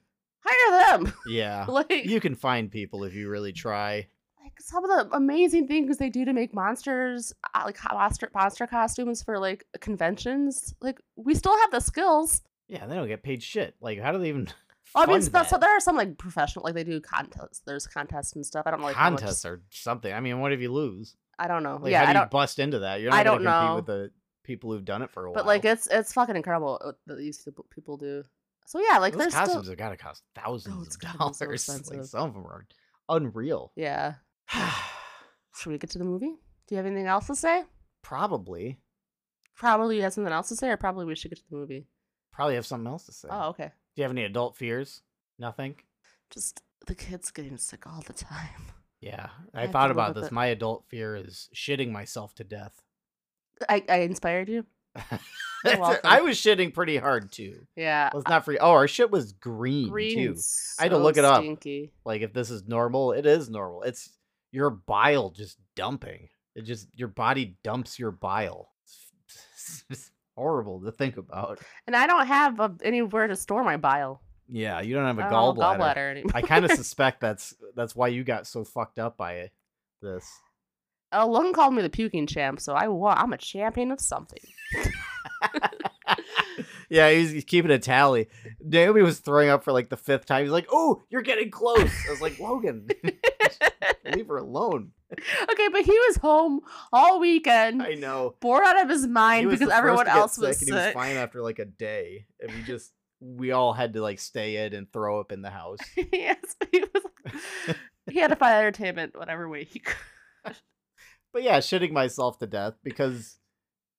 [SPEAKER 2] Hire them.
[SPEAKER 1] Yeah,
[SPEAKER 2] like,
[SPEAKER 1] Ah, you can find people if you really try.
[SPEAKER 2] like some of the amazing things they do to make monsters, uh, like co- monster monster costumes for like conventions. Like, we still have the skills.
[SPEAKER 1] Yeah, they don't get paid shit. Like, how do they even?
[SPEAKER 2] Well, I mean,
[SPEAKER 1] fund
[SPEAKER 2] so, that- so
[SPEAKER 1] that?
[SPEAKER 2] there are some like professional, like they do contests. There's contests and stuff. I don't know, like how much-
[SPEAKER 1] contests or something. I mean, what if you lose?
[SPEAKER 2] I don't know.
[SPEAKER 1] Like,
[SPEAKER 2] yeah,
[SPEAKER 1] how do
[SPEAKER 2] I
[SPEAKER 1] you
[SPEAKER 2] don't.
[SPEAKER 1] bust into that? You're not
[SPEAKER 2] I
[SPEAKER 1] gonna
[SPEAKER 2] don't
[SPEAKER 1] compete
[SPEAKER 2] know.
[SPEAKER 1] with the people who've done it for a while.
[SPEAKER 2] But like it's it's fucking incredible what that these people- people do. So yeah, like
[SPEAKER 1] those
[SPEAKER 2] there's
[SPEAKER 1] costumes
[SPEAKER 2] still Oh,
[SPEAKER 1] have got to cost thousands
[SPEAKER 2] it's
[SPEAKER 1] of
[SPEAKER 2] gotta be so
[SPEAKER 1] dollars. like
[SPEAKER 2] expensive.
[SPEAKER 1] some of them are unreal.
[SPEAKER 2] yeah. Should we get to the movie? Do you have anything else to say?
[SPEAKER 1] probably,
[SPEAKER 2] Probably you have something else to say, or probably we should get to the movie.
[SPEAKER 1] probably have something else to say.
[SPEAKER 2] Oh, okay.
[SPEAKER 1] Do you have any adult fears? Nothing.
[SPEAKER 2] Just the kids getting sick all the time.
[SPEAKER 1] Yeah,
[SPEAKER 2] I
[SPEAKER 1] I,
[SPEAKER 2] have to
[SPEAKER 1] thought
[SPEAKER 2] live
[SPEAKER 1] about
[SPEAKER 2] with
[SPEAKER 1] this.
[SPEAKER 2] it.
[SPEAKER 1] My adult fear is shitting myself to death.
[SPEAKER 2] I, I inspired you. You're welcome.
[SPEAKER 1] I was shitting pretty hard too.
[SPEAKER 2] Yeah.
[SPEAKER 1] Let's not forget. Oh, our shit was green,
[SPEAKER 2] Green.
[SPEAKER 1] too.
[SPEAKER 2] is
[SPEAKER 1] I had to
[SPEAKER 2] so
[SPEAKER 1] look it up.
[SPEAKER 2] Stinky.
[SPEAKER 1] Like if this is normal, it is normal. It's your bile just dumping. It just your body dumps your bile. It's, horrible to think about.
[SPEAKER 2] And I don't have a, anywhere to store my bile.
[SPEAKER 1] Yeah, you don't have a
[SPEAKER 2] I don't have
[SPEAKER 1] gallbladder.
[SPEAKER 2] a Oh, gallbladder anymore.
[SPEAKER 1] I kind of suspect that's that's why you got so fucked up by this.
[SPEAKER 2] Uh, Logan called me the puking champ, so I wa- I'm a champion of something.
[SPEAKER 1] yeah, he's, he's keeping a tally. Naomi was throwing up for like the fifth time. He's like, "Oh, you're getting close." I was like, "Logan, leave her alone."
[SPEAKER 2] Okay, but he was home all weekend,
[SPEAKER 1] I know.
[SPEAKER 2] bored out of his
[SPEAKER 1] He
[SPEAKER 2] mind
[SPEAKER 1] was
[SPEAKER 2] because
[SPEAKER 1] the first
[SPEAKER 2] everyone
[SPEAKER 1] to get
[SPEAKER 2] else was
[SPEAKER 1] and he was
[SPEAKER 2] sick.
[SPEAKER 1] fine after like a day, and we just we all had to like stay in and throw up in the house.
[SPEAKER 2] yes, he was. he had to find entertainment whatever way he could.
[SPEAKER 1] But yeah, shitting myself to death because,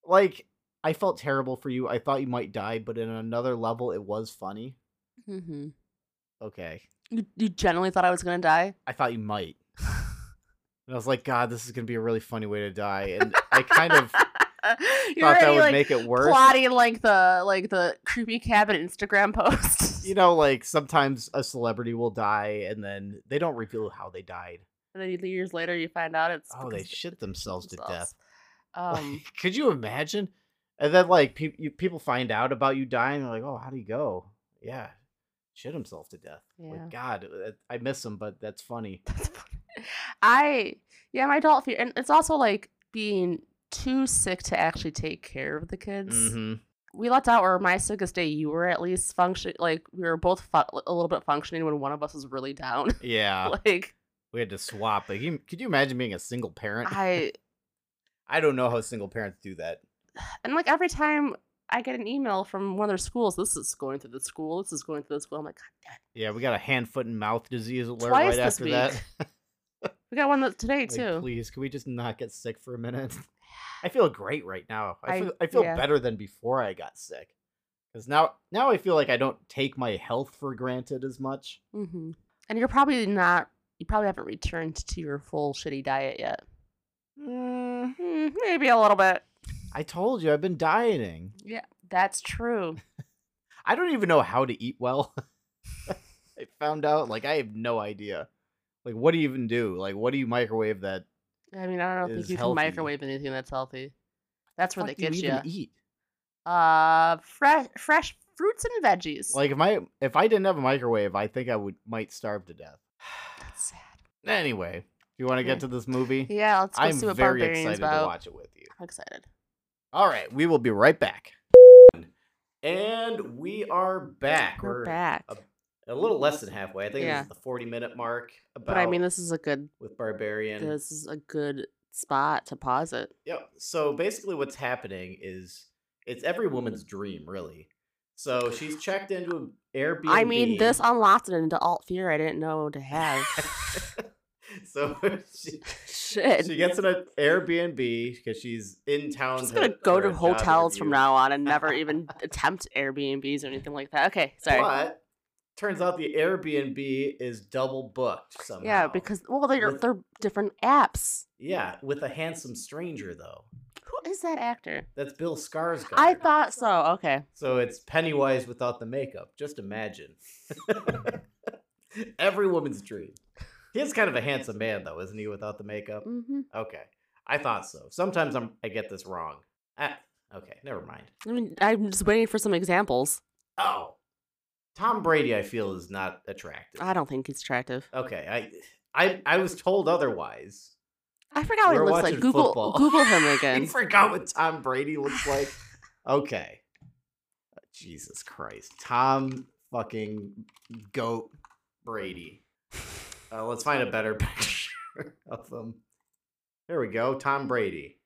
[SPEAKER 1] like, I felt terrible for you. I thought you might die, but in another level, it was funny.
[SPEAKER 2] Mm-hmm.
[SPEAKER 1] Okay,
[SPEAKER 2] You, you generally thought I was gonna die.
[SPEAKER 1] I thought you might. And I was like, God, this is gonna be a really funny way to die. And I kind of thought
[SPEAKER 2] You're
[SPEAKER 1] that
[SPEAKER 2] already,
[SPEAKER 1] would
[SPEAKER 2] like,
[SPEAKER 1] make it worse.
[SPEAKER 2] plotting like the like the creepy cabin Instagram post.
[SPEAKER 1] You know, like sometimes a celebrity will die and then they don't reveal how they died.
[SPEAKER 2] and then you- years later, you find out it's
[SPEAKER 1] Oh, they
[SPEAKER 2] because
[SPEAKER 1] shit themselves to death.
[SPEAKER 2] themselves. Um,
[SPEAKER 1] Like, could you imagine? And then like pe- you, people find out about you dying, they're like, "Oh, how do you go?" Yeah, shit himself to death.
[SPEAKER 2] Yeah.
[SPEAKER 1] Like God, that- I miss him, but that's funny.
[SPEAKER 2] That's funny. I yeah, my adult fear, and it's also like being too sick to actually take care of the kids.
[SPEAKER 1] Mhm.
[SPEAKER 2] We left out where my sickest day you were at least function like we were both fu- a little bit functioning when one of us was really down.
[SPEAKER 1] Yeah,
[SPEAKER 2] like
[SPEAKER 1] we had to swap. Like, you, could you imagine being a single parent? I,
[SPEAKER 2] I
[SPEAKER 1] don't know how single parents do that.
[SPEAKER 2] and like every time I get an email from one of their schools, this is going through the school, this is going through the school. I'm like, God damn it.
[SPEAKER 1] Yeah, we got a hand, foot, and mouth disease alert
[SPEAKER 2] Twice
[SPEAKER 1] right
[SPEAKER 2] this
[SPEAKER 1] after
[SPEAKER 2] week.
[SPEAKER 1] that.
[SPEAKER 2] We got one that today
[SPEAKER 1] Like,
[SPEAKER 2] too.
[SPEAKER 1] please, can we just not get sick for a minute? I feel great right now. I
[SPEAKER 2] I-
[SPEAKER 1] feel, I feel
[SPEAKER 2] yeah.
[SPEAKER 1] better than before I got sick. Because now, now I feel like I don't take my health for granted as much.
[SPEAKER 2] hmm And you're probably not. You probably haven't returned to your full shitty diet yet.
[SPEAKER 1] Hmm,
[SPEAKER 2] Mm, maybe a little bit.
[SPEAKER 1] I told you, I've been dieting.
[SPEAKER 2] Yeah, that's true.
[SPEAKER 1] I don't even know how to eat well. I found out, like, I have no idea. Like, what do you even do? Like, what do you microwave that?
[SPEAKER 2] I mean, I don't
[SPEAKER 1] Is
[SPEAKER 2] think you
[SPEAKER 1] healthy.
[SPEAKER 2] can microwave anything that's healthy. That's where
[SPEAKER 1] fuck
[SPEAKER 2] they
[SPEAKER 1] do you
[SPEAKER 2] get you.
[SPEAKER 1] even eat?
[SPEAKER 2] Uh, fresh, fresh fruits and veggies.
[SPEAKER 1] Like, if I if I didn't have a microwave, I think I would might starve to death.
[SPEAKER 2] That's sad.
[SPEAKER 1] Anyway, if you want to get
[SPEAKER 2] Yeah.
[SPEAKER 1] to this movie,
[SPEAKER 2] Yeah, let's go
[SPEAKER 1] I'm
[SPEAKER 2] see what
[SPEAKER 1] very
[SPEAKER 2] Barbarian's
[SPEAKER 1] excited
[SPEAKER 2] about.
[SPEAKER 1] to watch it with you.
[SPEAKER 2] I'm excited.
[SPEAKER 1] All right, we will be right back. And we are back.
[SPEAKER 2] We're, back.
[SPEAKER 1] a- a little less than halfway. I think
[SPEAKER 2] Yeah.
[SPEAKER 1] this is the 40 minute mark. About
[SPEAKER 2] But I mean, this is a good.
[SPEAKER 1] with Barbarian.
[SPEAKER 2] This is a good spot to pause it.
[SPEAKER 1] Yep. So basically, what's happening is it's every woman's dream, really. So she's checked into an Airbnb.
[SPEAKER 2] I mean, this unlocked it into alt fear I didn't know to have.
[SPEAKER 1] so she,
[SPEAKER 2] Shit.
[SPEAKER 1] she gets in an Airbnb because she's in town.
[SPEAKER 2] I'm just
[SPEAKER 1] to-
[SPEAKER 2] gonna go
[SPEAKER 1] for
[SPEAKER 2] to
[SPEAKER 1] a job
[SPEAKER 2] hotels from
[SPEAKER 1] interview.
[SPEAKER 2] now on and never even attempt Airbnbs or anything like that. Okay, sorry.
[SPEAKER 1] But turns out the Airbnb is double booked somehow.
[SPEAKER 2] Yeah, because well, they're
[SPEAKER 1] With-
[SPEAKER 2] they're different apps.
[SPEAKER 1] yeah, with a handsome stranger though.
[SPEAKER 2] Who is that actor?
[SPEAKER 1] That's Bill Skarsgård.
[SPEAKER 2] I thought so. Okay,
[SPEAKER 1] So it's Pennywise without the makeup. Just imagine. Every woman's dream. He is kind of a handsome man, though, isn't he, without the makeup?
[SPEAKER 2] hmm
[SPEAKER 1] Okay. I thought so. Sometimes I'm, I get this wrong. Ah, okay, never mind.
[SPEAKER 2] I mean, I'm just waiting for some examples.
[SPEAKER 1] Oh. Tom Brady, I feel, is not attractive.
[SPEAKER 2] I don't think he's attractive.
[SPEAKER 1] Okay, I, I, I was told otherwise.
[SPEAKER 2] I forgot what
[SPEAKER 1] We're
[SPEAKER 2] he looks
[SPEAKER 1] watching
[SPEAKER 2] like. Google
[SPEAKER 1] football.
[SPEAKER 2] Google him
[SPEAKER 1] I
[SPEAKER 2] again.
[SPEAKER 1] forgot what Tom Brady looks like. Okay. Jesus Christ. Tom fucking goat Brady. Uh, let's find a better picture of him. There we go. Tom Brady.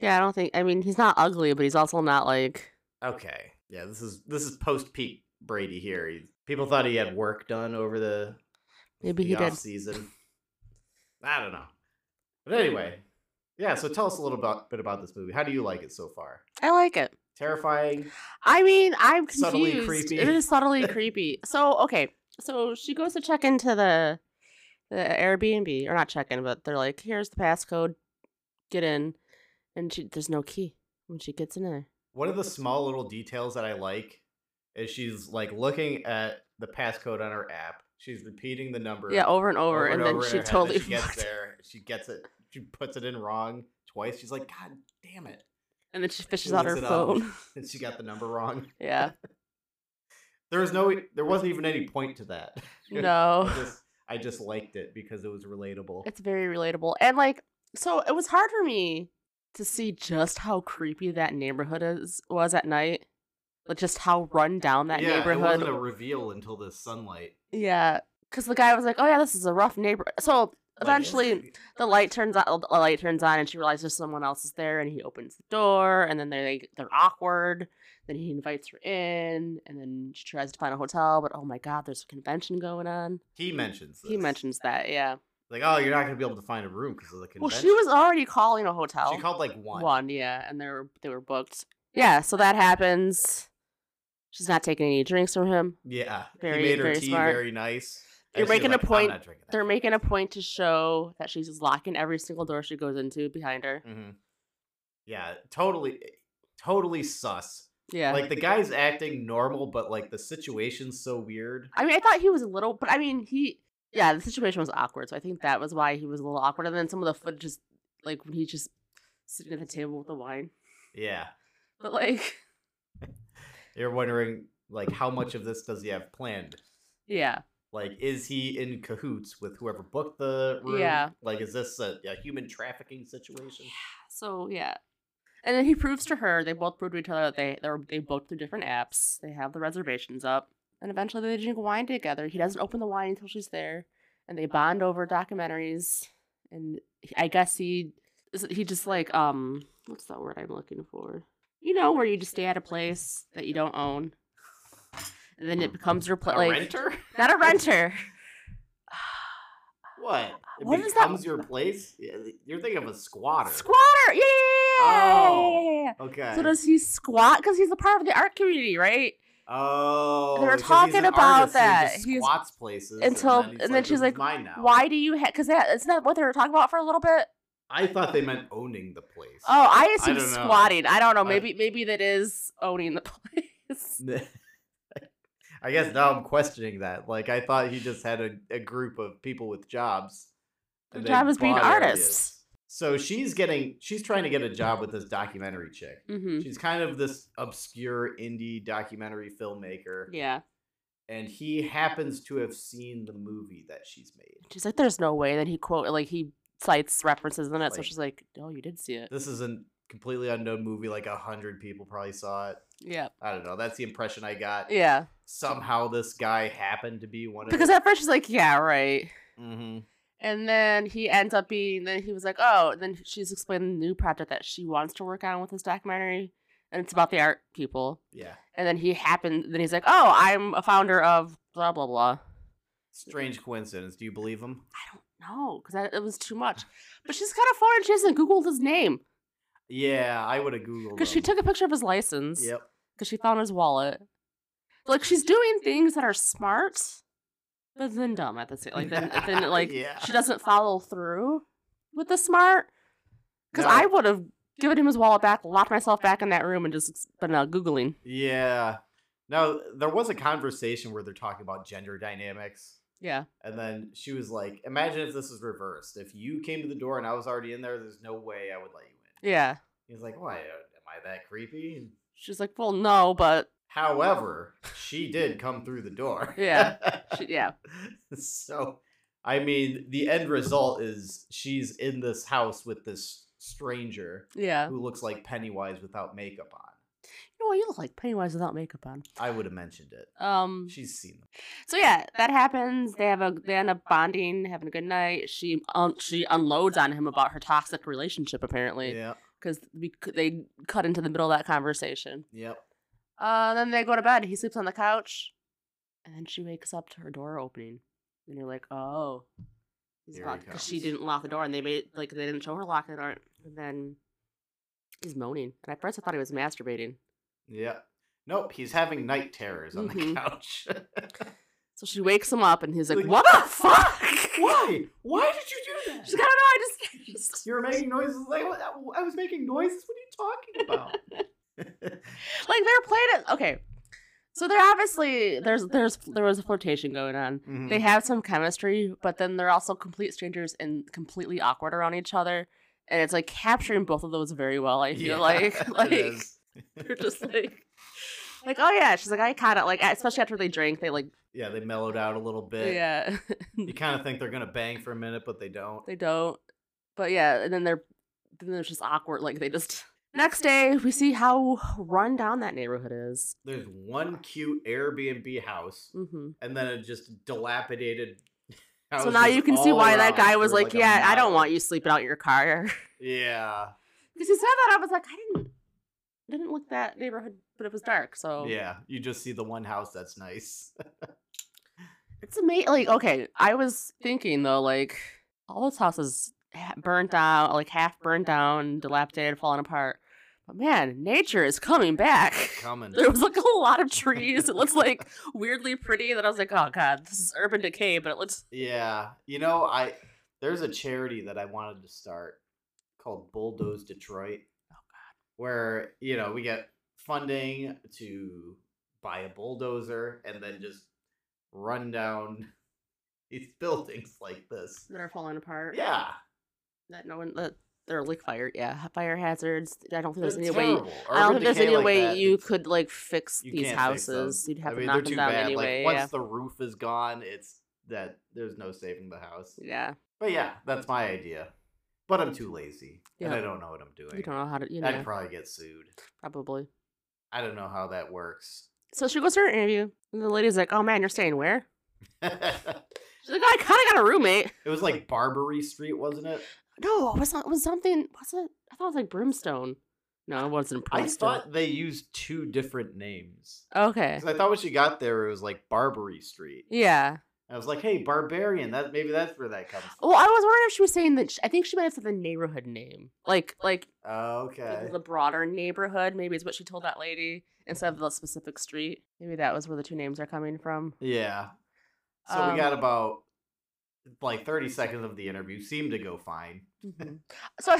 [SPEAKER 2] Yeah, I don't think. I mean, he's not ugly, but he's also not like.
[SPEAKER 1] Okay. Yeah, this is this is post peak Brady here. He, people thought he had work done over the
[SPEAKER 2] Maybe
[SPEAKER 1] the
[SPEAKER 2] he did.
[SPEAKER 1] off season. I don't know. But anyway, yeah. So tell us a little about, bit about this movie. How do you like it so far?
[SPEAKER 2] I like it.
[SPEAKER 1] Terrifying.
[SPEAKER 2] I mean, I'm confused.
[SPEAKER 1] Subtly creepy.
[SPEAKER 2] It is subtly creepy. So okay, so she goes to check into the the Airbnb, or not check in, but they're like, "Here's the passcode, get in," and she there's no key when she gets in there.
[SPEAKER 1] One of the small little details that I like is she's like looking at the passcode on her app. She's repeating the number.
[SPEAKER 2] Yeah, over and over, and,
[SPEAKER 1] in
[SPEAKER 2] then she
[SPEAKER 1] her head,
[SPEAKER 2] totally
[SPEAKER 1] she gets
[SPEAKER 2] fucked-
[SPEAKER 1] there. She gets it. She puts it in wrong twice. She's like, God damn it!
[SPEAKER 2] and then she fishes
[SPEAKER 1] She
[SPEAKER 2] out her
[SPEAKER 1] looks it up.
[SPEAKER 2] phone.
[SPEAKER 1] And she got the number wrong.
[SPEAKER 2] yeah,
[SPEAKER 1] There was no. e, There wasn't even any point to that.
[SPEAKER 2] no,
[SPEAKER 1] I just, I just liked it because it was relatable.
[SPEAKER 2] it's very relatable, and like, so it was hard for me to see just how creepy that neighborhood is was at night, like just how run down that
[SPEAKER 1] yeah,
[SPEAKER 2] neighborhood.
[SPEAKER 1] it wasn't a reveal until the sunlight.
[SPEAKER 2] Yeah, because the guy was like, "Oh yeah, this is a rough neighbor." So
[SPEAKER 1] Like,
[SPEAKER 2] eventually,
[SPEAKER 1] it's-
[SPEAKER 2] the light turns on. The light turns on, and she realizes someone else is there. And he opens the door, and then they they're awkward. Then he invites her in, and then she tries to find a hotel. But oh my god, there's a convention going on.
[SPEAKER 1] he mentions. This.
[SPEAKER 2] He mentions that, yeah.
[SPEAKER 1] like, oh, you're not gonna be able to find a room because of the convention.
[SPEAKER 2] Well, she was already calling a hotel.
[SPEAKER 1] She called like one.
[SPEAKER 2] one, yeah, and they were they were booked. Yeah, so that happens. She's not taking any drinks from him.
[SPEAKER 1] Yeah, he
[SPEAKER 2] Very-
[SPEAKER 1] made her
[SPEAKER 2] very
[SPEAKER 1] tea
[SPEAKER 2] smart.
[SPEAKER 1] very nice.
[SPEAKER 2] You're
[SPEAKER 1] And she's
[SPEAKER 2] making a
[SPEAKER 1] like, "I'm
[SPEAKER 2] point-
[SPEAKER 1] not drinking that."
[SPEAKER 2] They're making a point to show that she's just locking every single door she goes into behind her.
[SPEAKER 1] Mhm. Yeah, totally, eh, totally sus.
[SPEAKER 2] Yeah.
[SPEAKER 1] Like the guy's acting normal, but like the situation's so weird.
[SPEAKER 2] I mean, I thought he was a little, but I mean, he, yeah, the situation was awkward. So I think that was why he was a little awkward. And then some of the footage is like when he's just sitting at the table with the wine.
[SPEAKER 1] Yeah,
[SPEAKER 2] But like,
[SPEAKER 1] you're wondering like how much of this does he have planned?
[SPEAKER 2] yeah.
[SPEAKER 1] Like, is he in cahoots with whoever booked the room?
[SPEAKER 2] Yeah.
[SPEAKER 1] Like, is this a, a human trafficking situation?
[SPEAKER 2] So yeah. And then he proves to her, they both prove to each other that they they're, they booked through different apps. They have the reservations up. And eventually they drink wine together. He doesn't open the wine until she's there. And they bond over documentaries. And he- I guess he is it- he just like um what's that word I'm looking for? You know, where you just stay at a place that you don't own. And then it becomes your place.
[SPEAKER 1] Hmm. A
[SPEAKER 2] Like,
[SPEAKER 1] renter?
[SPEAKER 2] Not a renter.
[SPEAKER 1] What? It
[SPEAKER 2] What is that-
[SPEAKER 1] becomes your place? Yeah, You're thinking of a squatter.
[SPEAKER 2] Squatter! Yeah!
[SPEAKER 1] Oh.
[SPEAKER 2] yeah.
[SPEAKER 1] okay.
[SPEAKER 2] So does he squat? Because he's a part of the art community, right?
[SPEAKER 1] oh,
[SPEAKER 2] were
[SPEAKER 1] because he's
[SPEAKER 2] talking
[SPEAKER 1] an
[SPEAKER 2] about
[SPEAKER 1] artist, so he
[SPEAKER 2] that.
[SPEAKER 1] just
[SPEAKER 2] He's-
[SPEAKER 1] squats places
[SPEAKER 2] until-
[SPEAKER 1] he's
[SPEAKER 2] and then she's
[SPEAKER 1] "This
[SPEAKER 2] like,
[SPEAKER 1] is mine now."
[SPEAKER 2] Why do you have? Because that isn't that what they were talking about for a little bit.
[SPEAKER 1] I thought they meant owning the place.
[SPEAKER 2] Oh, I assumed
[SPEAKER 1] don't know.
[SPEAKER 2] squatting. I don't know.
[SPEAKER 1] I-
[SPEAKER 2] Maybe maybe that is owning the place.
[SPEAKER 1] I guess now I'm questioning that. Like, I thought he just had a, a group of people with jobs.
[SPEAKER 2] Their
[SPEAKER 1] and they
[SPEAKER 2] job is being
[SPEAKER 1] bought
[SPEAKER 2] artists.
[SPEAKER 1] So she's getting, she's trying to get a job with this documentary chick.
[SPEAKER 2] Mm-hmm.
[SPEAKER 1] She's kind of this obscure indie documentary filmmaker,
[SPEAKER 2] Yeah.
[SPEAKER 1] and he happens to have seen the movie that she's made.
[SPEAKER 2] She's like, there's no way. Then he quote like he cites references in it. so
[SPEAKER 1] Like-
[SPEAKER 2] she's like, no, you did see it.
[SPEAKER 1] This is a completely unknown movie. Like a hundred people probably saw it.
[SPEAKER 2] Yeah.
[SPEAKER 1] I don't know. That's the impression I got.
[SPEAKER 2] Yeah.
[SPEAKER 1] Somehow this guy happened to be one of
[SPEAKER 2] Because at first she's like, yeah, right.
[SPEAKER 1] mm-hmm.
[SPEAKER 2] And then he ends up being. Then he was like, oh. And then she's explaining the new project that she wants to work on with this documentary, and it's about the art people.
[SPEAKER 1] yeah
[SPEAKER 2] And then he happened. Then he's like, oh, I'm a founder of blah blah blah.
[SPEAKER 1] strange coincidence. Do you believe him?
[SPEAKER 2] No, because it was too much. But she's kind of foreign. She hasn't Googled his name
[SPEAKER 1] Yeah, I would have googled
[SPEAKER 2] because she
[SPEAKER 1] him.
[SPEAKER 2] took a picture of his license because
[SPEAKER 1] Yep.
[SPEAKER 2] she found his wallet. Like she's doing things that are smart, but then dumb at the same. Like then, then like
[SPEAKER 1] yeah.
[SPEAKER 2] she doesn't follow through with the smart. Because
[SPEAKER 1] No.
[SPEAKER 2] I would have given him his wallet back, locked myself back in that room, and just been uh, googling.
[SPEAKER 1] Yeah. No, there was a conversation where they're talking about gender dynamics.
[SPEAKER 2] Yeah,
[SPEAKER 1] And then she was like, Imagine if this is reversed. If you came to the door and I was already in there, there's no way I would let you in.
[SPEAKER 2] yeah.
[SPEAKER 1] He's like, Why uh, am I that creepy?
[SPEAKER 2] She's like, well, no, but
[SPEAKER 1] Oh, However, she did come through the door.
[SPEAKER 2] Yeah. she, yeah,
[SPEAKER 1] so, I mean, the end result is she's in this house with this stranger
[SPEAKER 2] yeah.
[SPEAKER 1] who looks like Pennywise without makeup on.
[SPEAKER 2] You know well, you look like Pennywise without makeup on.
[SPEAKER 1] I would have mentioned it.
[SPEAKER 2] Um,
[SPEAKER 1] She's seen them.
[SPEAKER 2] so yeah, that happens. They have a they end up bonding, having a good night. She um she unloads on him about her toxic relationship apparently
[SPEAKER 1] Yeah.
[SPEAKER 2] because we c they cut into the middle of that conversation.
[SPEAKER 1] Yep.
[SPEAKER 2] Uh, then they go to bed. He sleeps on the couch, and then she wakes up to her door opening, and you're like, oh, he's
[SPEAKER 1] Here he
[SPEAKER 2] locked because she
[SPEAKER 1] comes.
[SPEAKER 2] didn't lock the door, and they made like they didn't show her locking the door, and then he's moaning. And at first I thought he was masturbating,
[SPEAKER 1] Yep. Nope. He's having night terrors on the
[SPEAKER 2] Mhm.
[SPEAKER 1] couch.
[SPEAKER 2] so she wakes him up, and he's like,
[SPEAKER 1] Like,
[SPEAKER 2] what the fuck?
[SPEAKER 1] Why? Why did you do that?
[SPEAKER 2] She's like, I don't know. I just, just
[SPEAKER 1] You were making noises. Like, what- I was making noises. What are you talking about?
[SPEAKER 2] like they're playing it. Okay, so they're obviously there's there's there was a flirtation going on.
[SPEAKER 1] Mhm.
[SPEAKER 2] they have some chemistry, but then they're also complete strangers and completely awkward around each other. And it's like capturing both of those very well. I
[SPEAKER 1] Yeah,
[SPEAKER 2] feel like
[SPEAKER 1] it
[SPEAKER 2] like
[SPEAKER 1] is.
[SPEAKER 2] they're just like like oh yeah, she's like I kind of like especially after they drink, they like
[SPEAKER 1] yeah, they mellowed out a little bit.
[SPEAKER 2] yeah
[SPEAKER 1] You kind of think they're gonna bang for a minute, but they don't.
[SPEAKER 2] they don't. But yeah, and then they're then there's just awkward. Like they just next day we see how run down that neighborhood is.
[SPEAKER 1] There's one cute Airbnb house,
[SPEAKER 2] hmm
[SPEAKER 1] and then a just dilapidated. House
[SPEAKER 2] So now you can see why that guy was like, yeah, I don't want you sleeping out in your car.
[SPEAKER 1] Yeah,
[SPEAKER 2] Because he said that, I was like, I didn't didn't look that neighborhood, but it was dark. So
[SPEAKER 1] yeah. You just see the one house that's nice.
[SPEAKER 2] it's amazing. Like, okay, I was thinking though, like all those houses ha- burnt down, like half burned down, dilapidated, falling apart. But man, nature is coming back.
[SPEAKER 1] Coming.
[SPEAKER 2] There was like a lot of trees. It looks like weirdly pretty. That I was like, oh god, this is urban decay, but it looks
[SPEAKER 1] Yeah, you know, I there's
[SPEAKER 2] Mm-hmm.
[SPEAKER 1] a charity that I wanted to start called Bulldoze Detroit. Oh God! Where you know we get funding to buy a bulldozer and then just run down these buildings like this.
[SPEAKER 2] that are falling apart.
[SPEAKER 1] Yeah,
[SPEAKER 2] That no one that they're like fire. Yeah, fire hazards. I don't think there's
[SPEAKER 1] they're
[SPEAKER 2] any way.
[SPEAKER 1] terrible.
[SPEAKER 2] I don't
[SPEAKER 1] Urban
[SPEAKER 2] think there's
[SPEAKER 1] decay
[SPEAKER 2] any
[SPEAKER 1] like
[SPEAKER 2] way
[SPEAKER 1] that,
[SPEAKER 2] you
[SPEAKER 1] it's-
[SPEAKER 2] could like fix
[SPEAKER 1] you
[SPEAKER 2] these
[SPEAKER 1] can't fix them.
[SPEAKER 2] houses. You'd have
[SPEAKER 1] I mean, they're
[SPEAKER 2] to knock them
[SPEAKER 1] too
[SPEAKER 2] down
[SPEAKER 1] bad.
[SPEAKER 2] anyway.
[SPEAKER 1] Like once the roof is gone, it's that there's no saving the house.
[SPEAKER 2] yeah.
[SPEAKER 1] But yeah, that's my idea. But I'm too lazy, and I
[SPEAKER 2] Yeah.
[SPEAKER 1] don't know what I'm doing.
[SPEAKER 2] yeah, you don't know how to. You
[SPEAKER 1] I'd
[SPEAKER 2] know,
[SPEAKER 1] probably get sued.
[SPEAKER 2] probably.
[SPEAKER 1] I don't know how that works.
[SPEAKER 2] So she goes to her interview, and the lady's like, "Oh man, you're staying where?" She's like, "Oh, "I kind of got a roommate."
[SPEAKER 1] it was like Barbary Street, wasn't it?
[SPEAKER 2] No, it was not. It was something? Was it? I thought it was like Brimstone. No, it wasn't
[SPEAKER 1] I
[SPEAKER 2] Brimstone.
[SPEAKER 1] thought they used two different names.
[SPEAKER 2] okay.
[SPEAKER 1] 'Cause I thought when she got there, it was like Barbary Street.
[SPEAKER 2] Eh. Yeah.
[SPEAKER 1] I was like, hey, Barbarian. That maybe that's where that comes. from.
[SPEAKER 2] Well, I was wondering if she was saying that. She, I think she might have said the neighborhood name, like like
[SPEAKER 1] Oh, Okay.
[SPEAKER 2] the broader neighborhood. Maybe is what she told that lady instead of the specific street. Maybe that was where the two names are coming from.
[SPEAKER 1] Yeah. So
[SPEAKER 2] Um,
[SPEAKER 1] we got about like 30 seconds of the interview. Seemed to go fine.
[SPEAKER 2] So,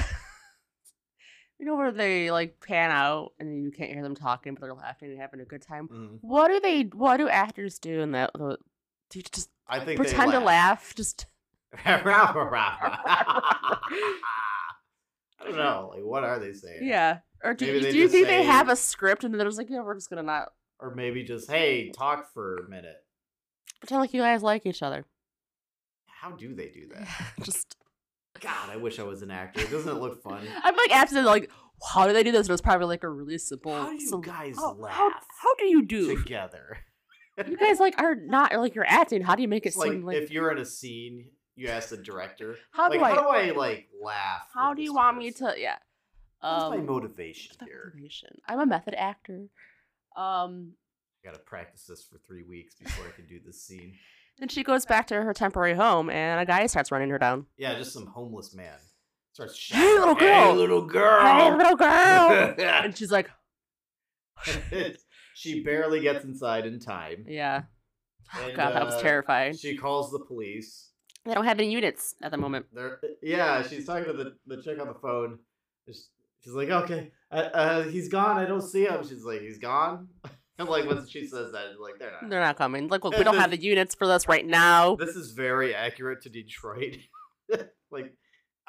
[SPEAKER 2] you know where they like pan out and you can't hear them talking, but they're laughing and having a good time.
[SPEAKER 1] Mhm.
[SPEAKER 2] What do they? What do actors do in that? Do you just
[SPEAKER 1] I think
[SPEAKER 2] pretend
[SPEAKER 1] they
[SPEAKER 2] to laugh? Just
[SPEAKER 1] laugh. Rah, rah, rah. I don't know. Like, what are they saying?
[SPEAKER 2] yeah. Or do,
[SPEAKER 1] Maybe
[SPEAKER 2] you-
[SPEAKER 1] they
[SPEAKER 2] do you
[SPEAKER 1] just
[SPEAKER 2] think they have
[SPEAKER 1] say-
[SPEAKER 2] a script and they're just like, yeah, we're just gonna not
[SPEAKER 1] Or maybe just, hey, talk for a minute.
[SPEAKER 2] pretend like you guys like each other?
[SPEAKER 1] How do they do that?
[SPEAKER 2] just
[SPEAKER 1] God, I wish I was an actor. Doesn't it look fun?
[SPEAKER 2] I'm like absolutely like, how do they do this? And it's probably like a really simple.
[SPEAKER 1] How do you
[SPEAKER 2] sol-
[SPEAKER 1] guys
[SPEAKER 2] how, how-
[SPEAKER 1] laugh
[SPEAKER 2] how do you do?
[SPEAKER 1] together?
[SPEAKER 2] You guys like are not like you're acting. How do you make it
[SPEAKER 1] It's like,
[SPEAKER 2] seem like?
[SPEAKER 1] if you're in a scene, you ask the director,
[SPEAKER 2] how
[SPEAKER 1] like,
[SPEAKER 2] do I?
[SPEAKER 1] how do I like laugh?
[SPEAKER 2] How
[SPEAKER 1] with
[SPEAKER 2] do you
[SPEAKER 1] this
[SPEAKER 2] want me
[SPEAKER 1] person?
[SPEAKER 2] to? Yeah. Um,
[SPEAKER 1] What's my
[SPEAKER 2] what's
[SPEAKER 1] motivation
[SPEAKER 2] my
[SPEAKER 1] here?
[SPEAKER 2] motivation? I'm a method actor. Um.
[SPEAKER 1] I gotta practice this for three weeks before I can do this scene.
[SPEAKER 2] Then she goes back to her temporary home, and a guy starts running her down.
[SPEAKER 1] Yeah, just some homeless man starts shouting,
[SPEAKER 2] Hey, little girl!
[SPEAKER 1] hey, little girl!"
[SPEAKER 2] Hey, little girl! and she's like,
[SPEAKER 1] she barely gets inside in time.
[SPEAKER 2] "Yeah, Oh,
[SPEAKER 1] And,
[SPEAKER 2] God, that was
[SPEAKER 1] uh,
[SPEAKER 2] terrifying."
[SPEAKER 1] She calls the police.
[SPEAKER 2] They don't have any units at the moment.
[SPEAKER 1] There, yeah, she's talking to the, the chick on the phone. She's, she's like, okay, uh, uh, he's gone. I don't see him. She's like, he's gone. And like when she says that, it's like they're not.
[SPEAKER 2] They're not coming. Like, look, we don't have the units for this right now.
[SPEAKER 1] This is very accurate to Detroit. like,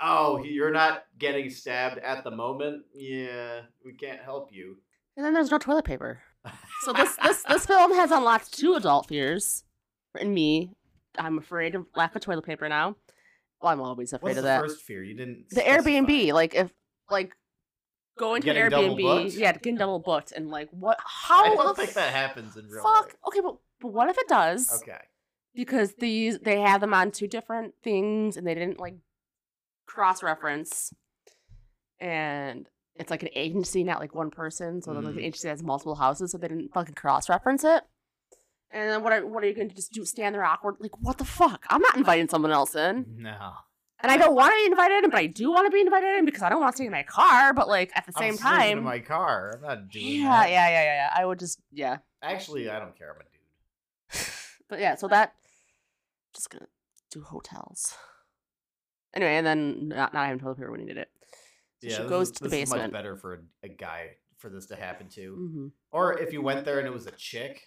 [SPEAKER 1] oh, he- you're not getting stabbed at the moment. Yeah, we can't help you.
[SPEAKER 2] And then there's no toilet paper. So this this this film has unlocked two adult fears in me. I'm afraid of lack of toilet paper now. Well, I'm always afraid
[SPEAKER 1] What's
[SPEAKER 2] of
[SPEAKER 1] the
[SPEAKER 2] that.
[SPEAKER 1] first fear? You didn't.
[SPEAKER 2] the
[SPEAKER 1] specify.
[SPEAKER 2] Airbnb, like if like going to an
[SPEAKER 1] Getting double
[SPEAKER 2] Airbnb,
[SPEAKER 1] booked?
[SPEAKER 2] yeah, getting double booked, and like, what?
[SPEAKER 1] I
[SPEAKER 2] How?
[SPEAKER 1] don't
[SPEAKER 2] the
[SPEAKER 1] think that happens in real
[SPEAKER 2] Oh, Fuck.
[SPEAKER 1] life.
[SPEAKER 2] Okay, but, but what if it does?
[SPEAKER 1] Okay.
[SPEAKER 2] Because these they have them on two different things, and they didn't like cross reference, and it's like an agency, not like one person. So then, like, the
[SPEAKER 1] Mm.
[SPEAKER 2] agency has multiple houses, so they didn't fucking cross reference it. And then what are what are you going to just do? Stand there awkward? Like what the fuck? I'm not inviting someone else in.
[SPEAKER 1] No.
[SPEAKER 2] And I don't want to be invited in, but I do want to be invited in because I don't want to stay in my car. But like at the
[SPEAKER 1] I'm
[SPEAKER 2] same
[SPEAKER 1] sleeping in
[SPEAKER 2] time,
[SPEAKER 1] my car. I'm not doing
[SPEAKER 2] yeah, yeah,
[SPEAKER 1] that.
[SPEAKER 2] yeah, yeah, yeah. I would just yeah,
[SPEAKER 1] Actually, I don't care. I'm a dude.
[SPEAKER 2] but yeah. So that just gonna do hotels anyway, and then not not having toilet paper when you did it. So
[SPEAKER 1] Yeah,
[SPEAKER 2] she
[SPEAKER 1] this
[SPEAKER 2] goes
[SPEAKER 1] is-
[SPEAKER 2] to the
[SPEAKER 1] this is much
[SPEAKER 2] basement.
[SPEAKER 1] better for a, a guy for this to happen to.
[SPEAKER 2] hmm
[SPEAKER 1] Or if you went there and it was a chick.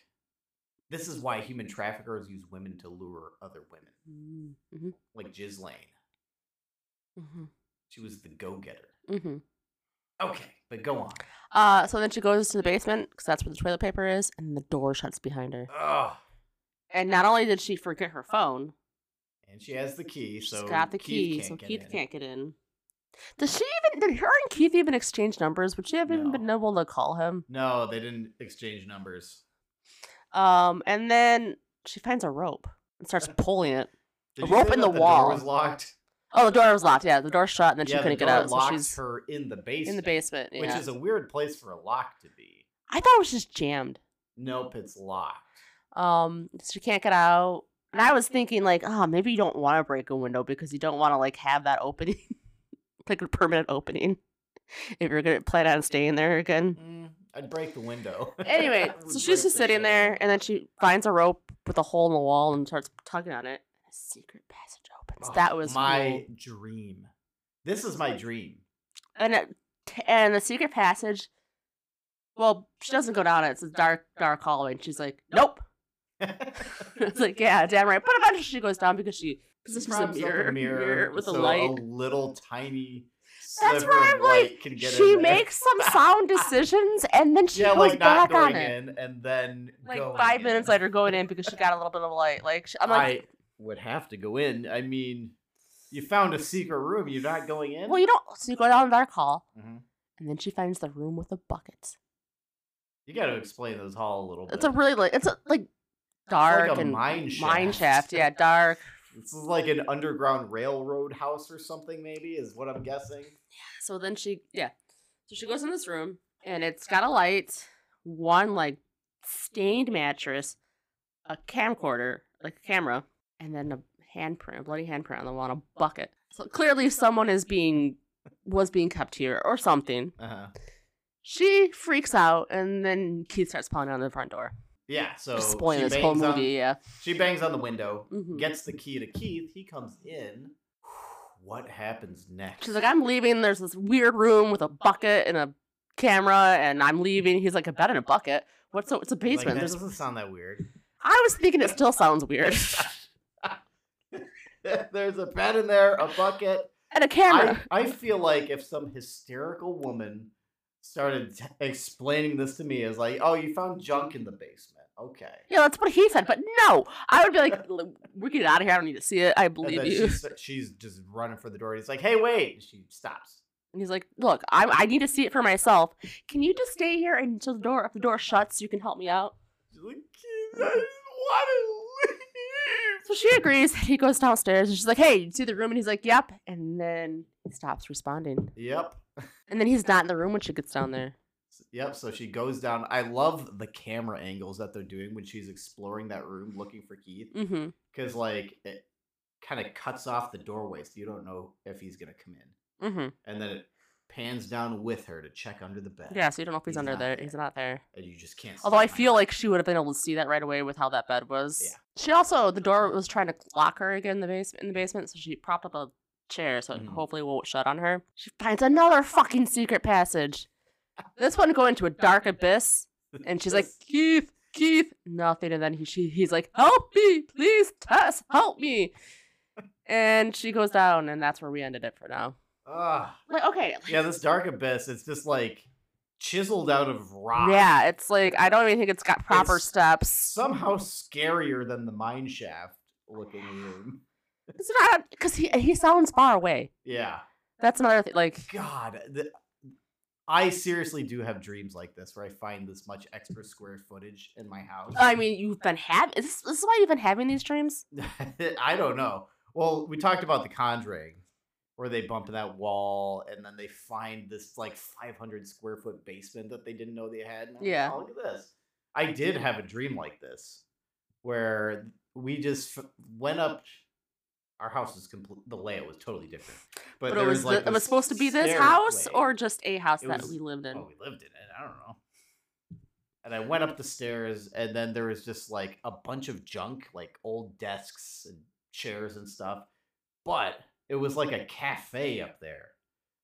[SPEAKER 1] This is why human traffickers use women to lure other women,
[SPEAKER 2] Mm-hmm.
[SPEAKER 1] like Ghislaine.
[SPEAKER 2] Mm-hmm.
[SPEAKER 1] She was the go-getter.
[SPEAKER 2] hmm
[SPEAKER 1] Okay, but go on.
[SPEAKER 2] Uh, so then she goes to the basement because that's where the toilet paper is, and the door shuts behind her.
[SPEAKER 1] Ugh.
[SPEAKER 2] And not only did she forget her phone,
[SPEAKER 1] And she has the key,
[SPEAKER 2] She's
[SPEAKER 1] so
[SPEAKER 2] got the key,
[SPEAKER 1] Keith
[SPEAKER 2] so
[SPEAKER 1] can't get
[SPEAKER 2] Keith
[SPEAKER 1] in.
[SPEAKER 2] can't get in. Does she even? Did her and Keith even exchange numbers? Would she have even been
[SPEAKER 1] No.
[SPEAKER 2] able to call him?
[SPEAKER 1] No, they didn't exchange numbers.
[SPEAKER 2] Um, and then she finds a rope and starts pulling it.
[SPEAKER 1] Did
[SPEAKER 2] A
[SPEAKER 1] you
[SPEAKER 2] rope
[SPEAKER 1] say
[SPEAKER 2] in
[SPEAKER 1] that
[SPEAKER 2] the
[SPEAKER 1] Door
[SPEAKER 2] wall.
[SPEAKER 1] was locked.
[SPEAKER 2] Oh, the door was locked. Yeah, the door shut, and then she
[SPEAKER 1] yeah,
[SPEAKER 2] couldn't
[SPEAKER 1] the
[SPEAKER 2] get
[SPEAKER 1] door
[SPEAKER 2] out, so
[SPEAKER 1] locked
[SPEAKER 2] she's
[SPEAKER 1] her in the basement.
[SPEAKER 2] in the basement.
[SPEAKER 1] which
[SPEAKER 2] yeah.
[SPEAKER 1] is a weird place for a lock to be.
[SPEAKER 2] I thought it was just jammed.
[SPEAKER 1] Nope, it's locked.
[SPEAKER 2] Um, so she can't get out. And I was thinking, like, oh, maybe you don't want to break a window because you don't want to like have that opening, like a permanent opening, if you're gonna plan on staying there again.
[SPEAKER 1] Mm, I'd break the window.
[SPEAKER 2] Anyway,
[SPEAKER 1] I would
[SPEAKER 2] so she's
[SPEAKER 1] break
[SPEAKER 2] just
[SPEAKER 1] the
[SPEAKER 2] sitting
[SPEAKER 1] shit
[SPEAKER 2] there,
[SPEAKER 1] out of
[SPEAKER 2] and then she finds a rope with a hole in the wall and starts tugging on it. A secret passage opens.
[SPEAKER 1] it.
[SPEAKER 2] that
[SPEAKER 1] Oh,
[SPEAKER 2] was
[SPEAKER 1] my
[SPEAKER 2] cool.
[SPEAKER 1] dream. This is my dream.
[SPEAKER 2] and it, t- and the secret passage. Well, she doesn't go down it. It's a dark, dark hallway, and she's like, "Nope." it's like, "Yeah, damn right." But eventually, she goes down because she positions a
[SPEAKER 1] Props up
[SPEAKER 2] mirror, mirror, with
[SPEAKER 1] so
[SPEAKER 2] a light.
[SPEAKER 1] A little tiny.
[SPEAKER 2] That's
[SPEAKER 1] sliver
[SPEAKER 2] where
[SPEAKER 1] of
[SPEAKER 2] I'm
[SPEAKER 1] light
[SPEAKER 2] like,
[SPEAKER 1] can get
[SPEAKER 2] she
[SPEAKER 1] in there.
[SPEAKER 2] makes some sound decisions, and then she
[SPEAKER 1] yeah,
[SPEAKER 2] goes
[SPEAKER 1] like not
[SPEAKER 2] back
[SPEAKER 1] going
[SPEAKER 2] on it.
[SPEAKER 1] in, and then
[SPEAKER 2] Like
[SPEAKER 1] going
[SPEAKER 2] five
[SPEAKER 1] in.
[SPEAKER 2] minutes later, going in because she got a little bit of light. Like she, I'm like,
[SPEAKER 1] I would have to go in. I mean, you found a secret room. You're not going in.
[SPEAKER 2] Well, you don't. So you go down dark hall,
[SPEAKER 1] Mhm.
[SPEAKER 2] and then she finds the room with the buckets.
[SPEAKER 1] You got to explain those hall a little bit.
[SPEAKER 2] It's a really like it's a, like
[SPEAKER 1] like
[SPEAKER 2] dark
[SPEAKER 1] a
[SPEAKER 2] and
[SPEAKER 1] mine shaft.
[SPEAKER 2] Yeah, dark.
[SPEAKER 1] This is like an underground railroad house or something. Maybe is what I'm guessing.
[SPEAKER 2] So then she yeah. So she goes in this room, and it's got a light, one like stained mattress, a camcorder, like a camera, and then a handprint, a bloody handprint on the wall, and a bucket. So clearly someone is being was being kept here or something.
[SPEAKER 1] Uh-huh.
[SPEAKER 2] She freaks out, and then Keith starts pounding on the front door.
[SPEAKER 1] Yeah. So
[SPEAKER 2] Just spoiling
[SPEAKER 1] she
[SPEAKER 2] this whole
[SPEAKER 1] bangs on-
[SPEAKER 2] movie, yeah.
[SPEAKER 1] she bangs on the window,
[SPEAKER 2] Mhm.
[SPEAKER 1] gets the key to Keith. He comes in. What happens next?
[SPEAKER 2] She's like, I'm leaving. There's this weird room with a bucket and a camera, and I'm leaving. He's like, a bed and a bucket. What's a, it's a
[SPEAKER 1] Like,
[SPEAKER 2] basement?
[SPEAKER 1] that
[SPEAKER 2] There's,
[SPEAKER 1] doesn't sound that weird.
[SPEAKER 2] I was thinking it still sounds weird.
[SPEAKER 1] There's a bed in there, a bucket,
[SPEAKER 2] and a
[SPEAKER 1] I,
[SPEAKER 2] camera.
[SPEAKER 1] I feel like if some hysterical woman started t- explaining this to me as like, oh, you found junk in the basement. Okay.
[SPEAKER 2] yeah, that's what he said, but no, I would be like, "L- we get out of here. I don't need to see it. I
[SPEAKER 1] And
[SPEAKER 2] believe
[SPEAKER 1] then
[SPEAKER 2] you.
[SPEAKER 1] she's, she's just running for the door. He's like, hey, wait. And she stops.
[SPEAKER 2] And he's like, look, I, I need to see it for myself. Can you just stay here until the door, if the door shuts, you can help me out?
[SPEAKER 1] She's like, "Kid, I want to leave.
[SPEAKER 2] So she agrees. He goes downstairs and she's like, hey, you see the room? And he's like, yep. And then he stops responding.
[SPEAKER 1] Yep.
[SPEAKER 2] And then he's not in the room when she gets down there.
[SPEAKER 1] Yep. So she goes down. I love the camera angles that they're doing when she's exploring that room looking for Keith.
[SPEAKER 2] Mm hmm.
[SPEAKER 1] Because, like, it kind of cuts off the doorway. So you don't know if he's going to come in.
[SPEAKER 2] Mm-hmm.
[SPEAKER 1] and then it pans down with her to check under the bed.
[SPEAKER 2] Yeah, so you don't know if he's,
[SPEAKER 1] He's
[SPEAKER 2] under
[SPEAKER 1] not
[SPEAKER 2] there.
[SPEAKER 1] there.
[SPEAKER 2] He's not there.
[SPEAKER 1] and you just can't. see
[SPEAKER 2] Although I
[SPEAKER 1] behind
[SPEAKER 2] feel
[SPEAKER 1] her.
[SPEAKER 2] like she would have been able to see that right away with how that bed was.
[SPEAKER 1] Yeah.
[SPEAKER 2] She also the door was trying to lock her again in the basement in the basement, so she propped up a chair so it
[SPEAKER 1] Mhm.
[SPEAKER 2] hopefully won't shut on her. She finds another fucking secret passage. This one go into a dark abyss, and she's like, Keith, Keith, nothing. And then he, she, he's like, Help me, please, Tess, help me. And she goes down, and that's where we ended it for now.
[SPEAKER 1] ah,
[SPEAKER 2] Like, okay,
[SPEAKER 1] yeah, this dark abyss. It's just like chiseled out of rock.
[SPEAKER 2] Yeah, it's like I don't even think it's got proper
[SPEAKER 1] It's-
[SPEAKER 2] steps.
[SPEAKER 1] somehow scarier than the mine shaft looking room.
[SPEAKER 2] It's not because he he sounds far away.
[SPEAKER 1] Yeah,
[SPEAKER 2] That's another thing. Like
[SPEAKER 1] God, the, I seriously do have dreams like this where I find this much extra square footage in my house.
[SPEAKER 2] I mean, you've been having. Is this, this is why you've been having these dreams?
[SPEAKER 1] I don't know. Well, we talked about the Conjuring, where they bump that wall and then they find this like 500 square foot basement that they didn't know they had. and I'm like,
[SPEAKER 2] Yeah.
[SPEAKER 1] "Oh, look at this. I did have a dream like this, where we just f- went up. Our house is complete. The layout was totally different, but,
[SPEAKER 2] But,
[SPEAKER 1] there
[SPEAKER 2] it was.
[SPEAKER 1] was, like
[SPEAKER 2] the, it was
[SPEAKER 1] this
[SPEAKER 2] supposed to be this house
[SPEAKER 1] stairway.
[SPEAKER 2] or just a house
[SPEAKER 1] It
[SPEAKER 2] that
[SPEAKER 1] was-
[SPEAKER 2] we lived in.
[SPEAKER 1] Oh, we lived in it. I don't know. And I went up the stairs, and then there was just like a bunch of junk, like old desks and chairs and stuff. But it was like a cafe up there.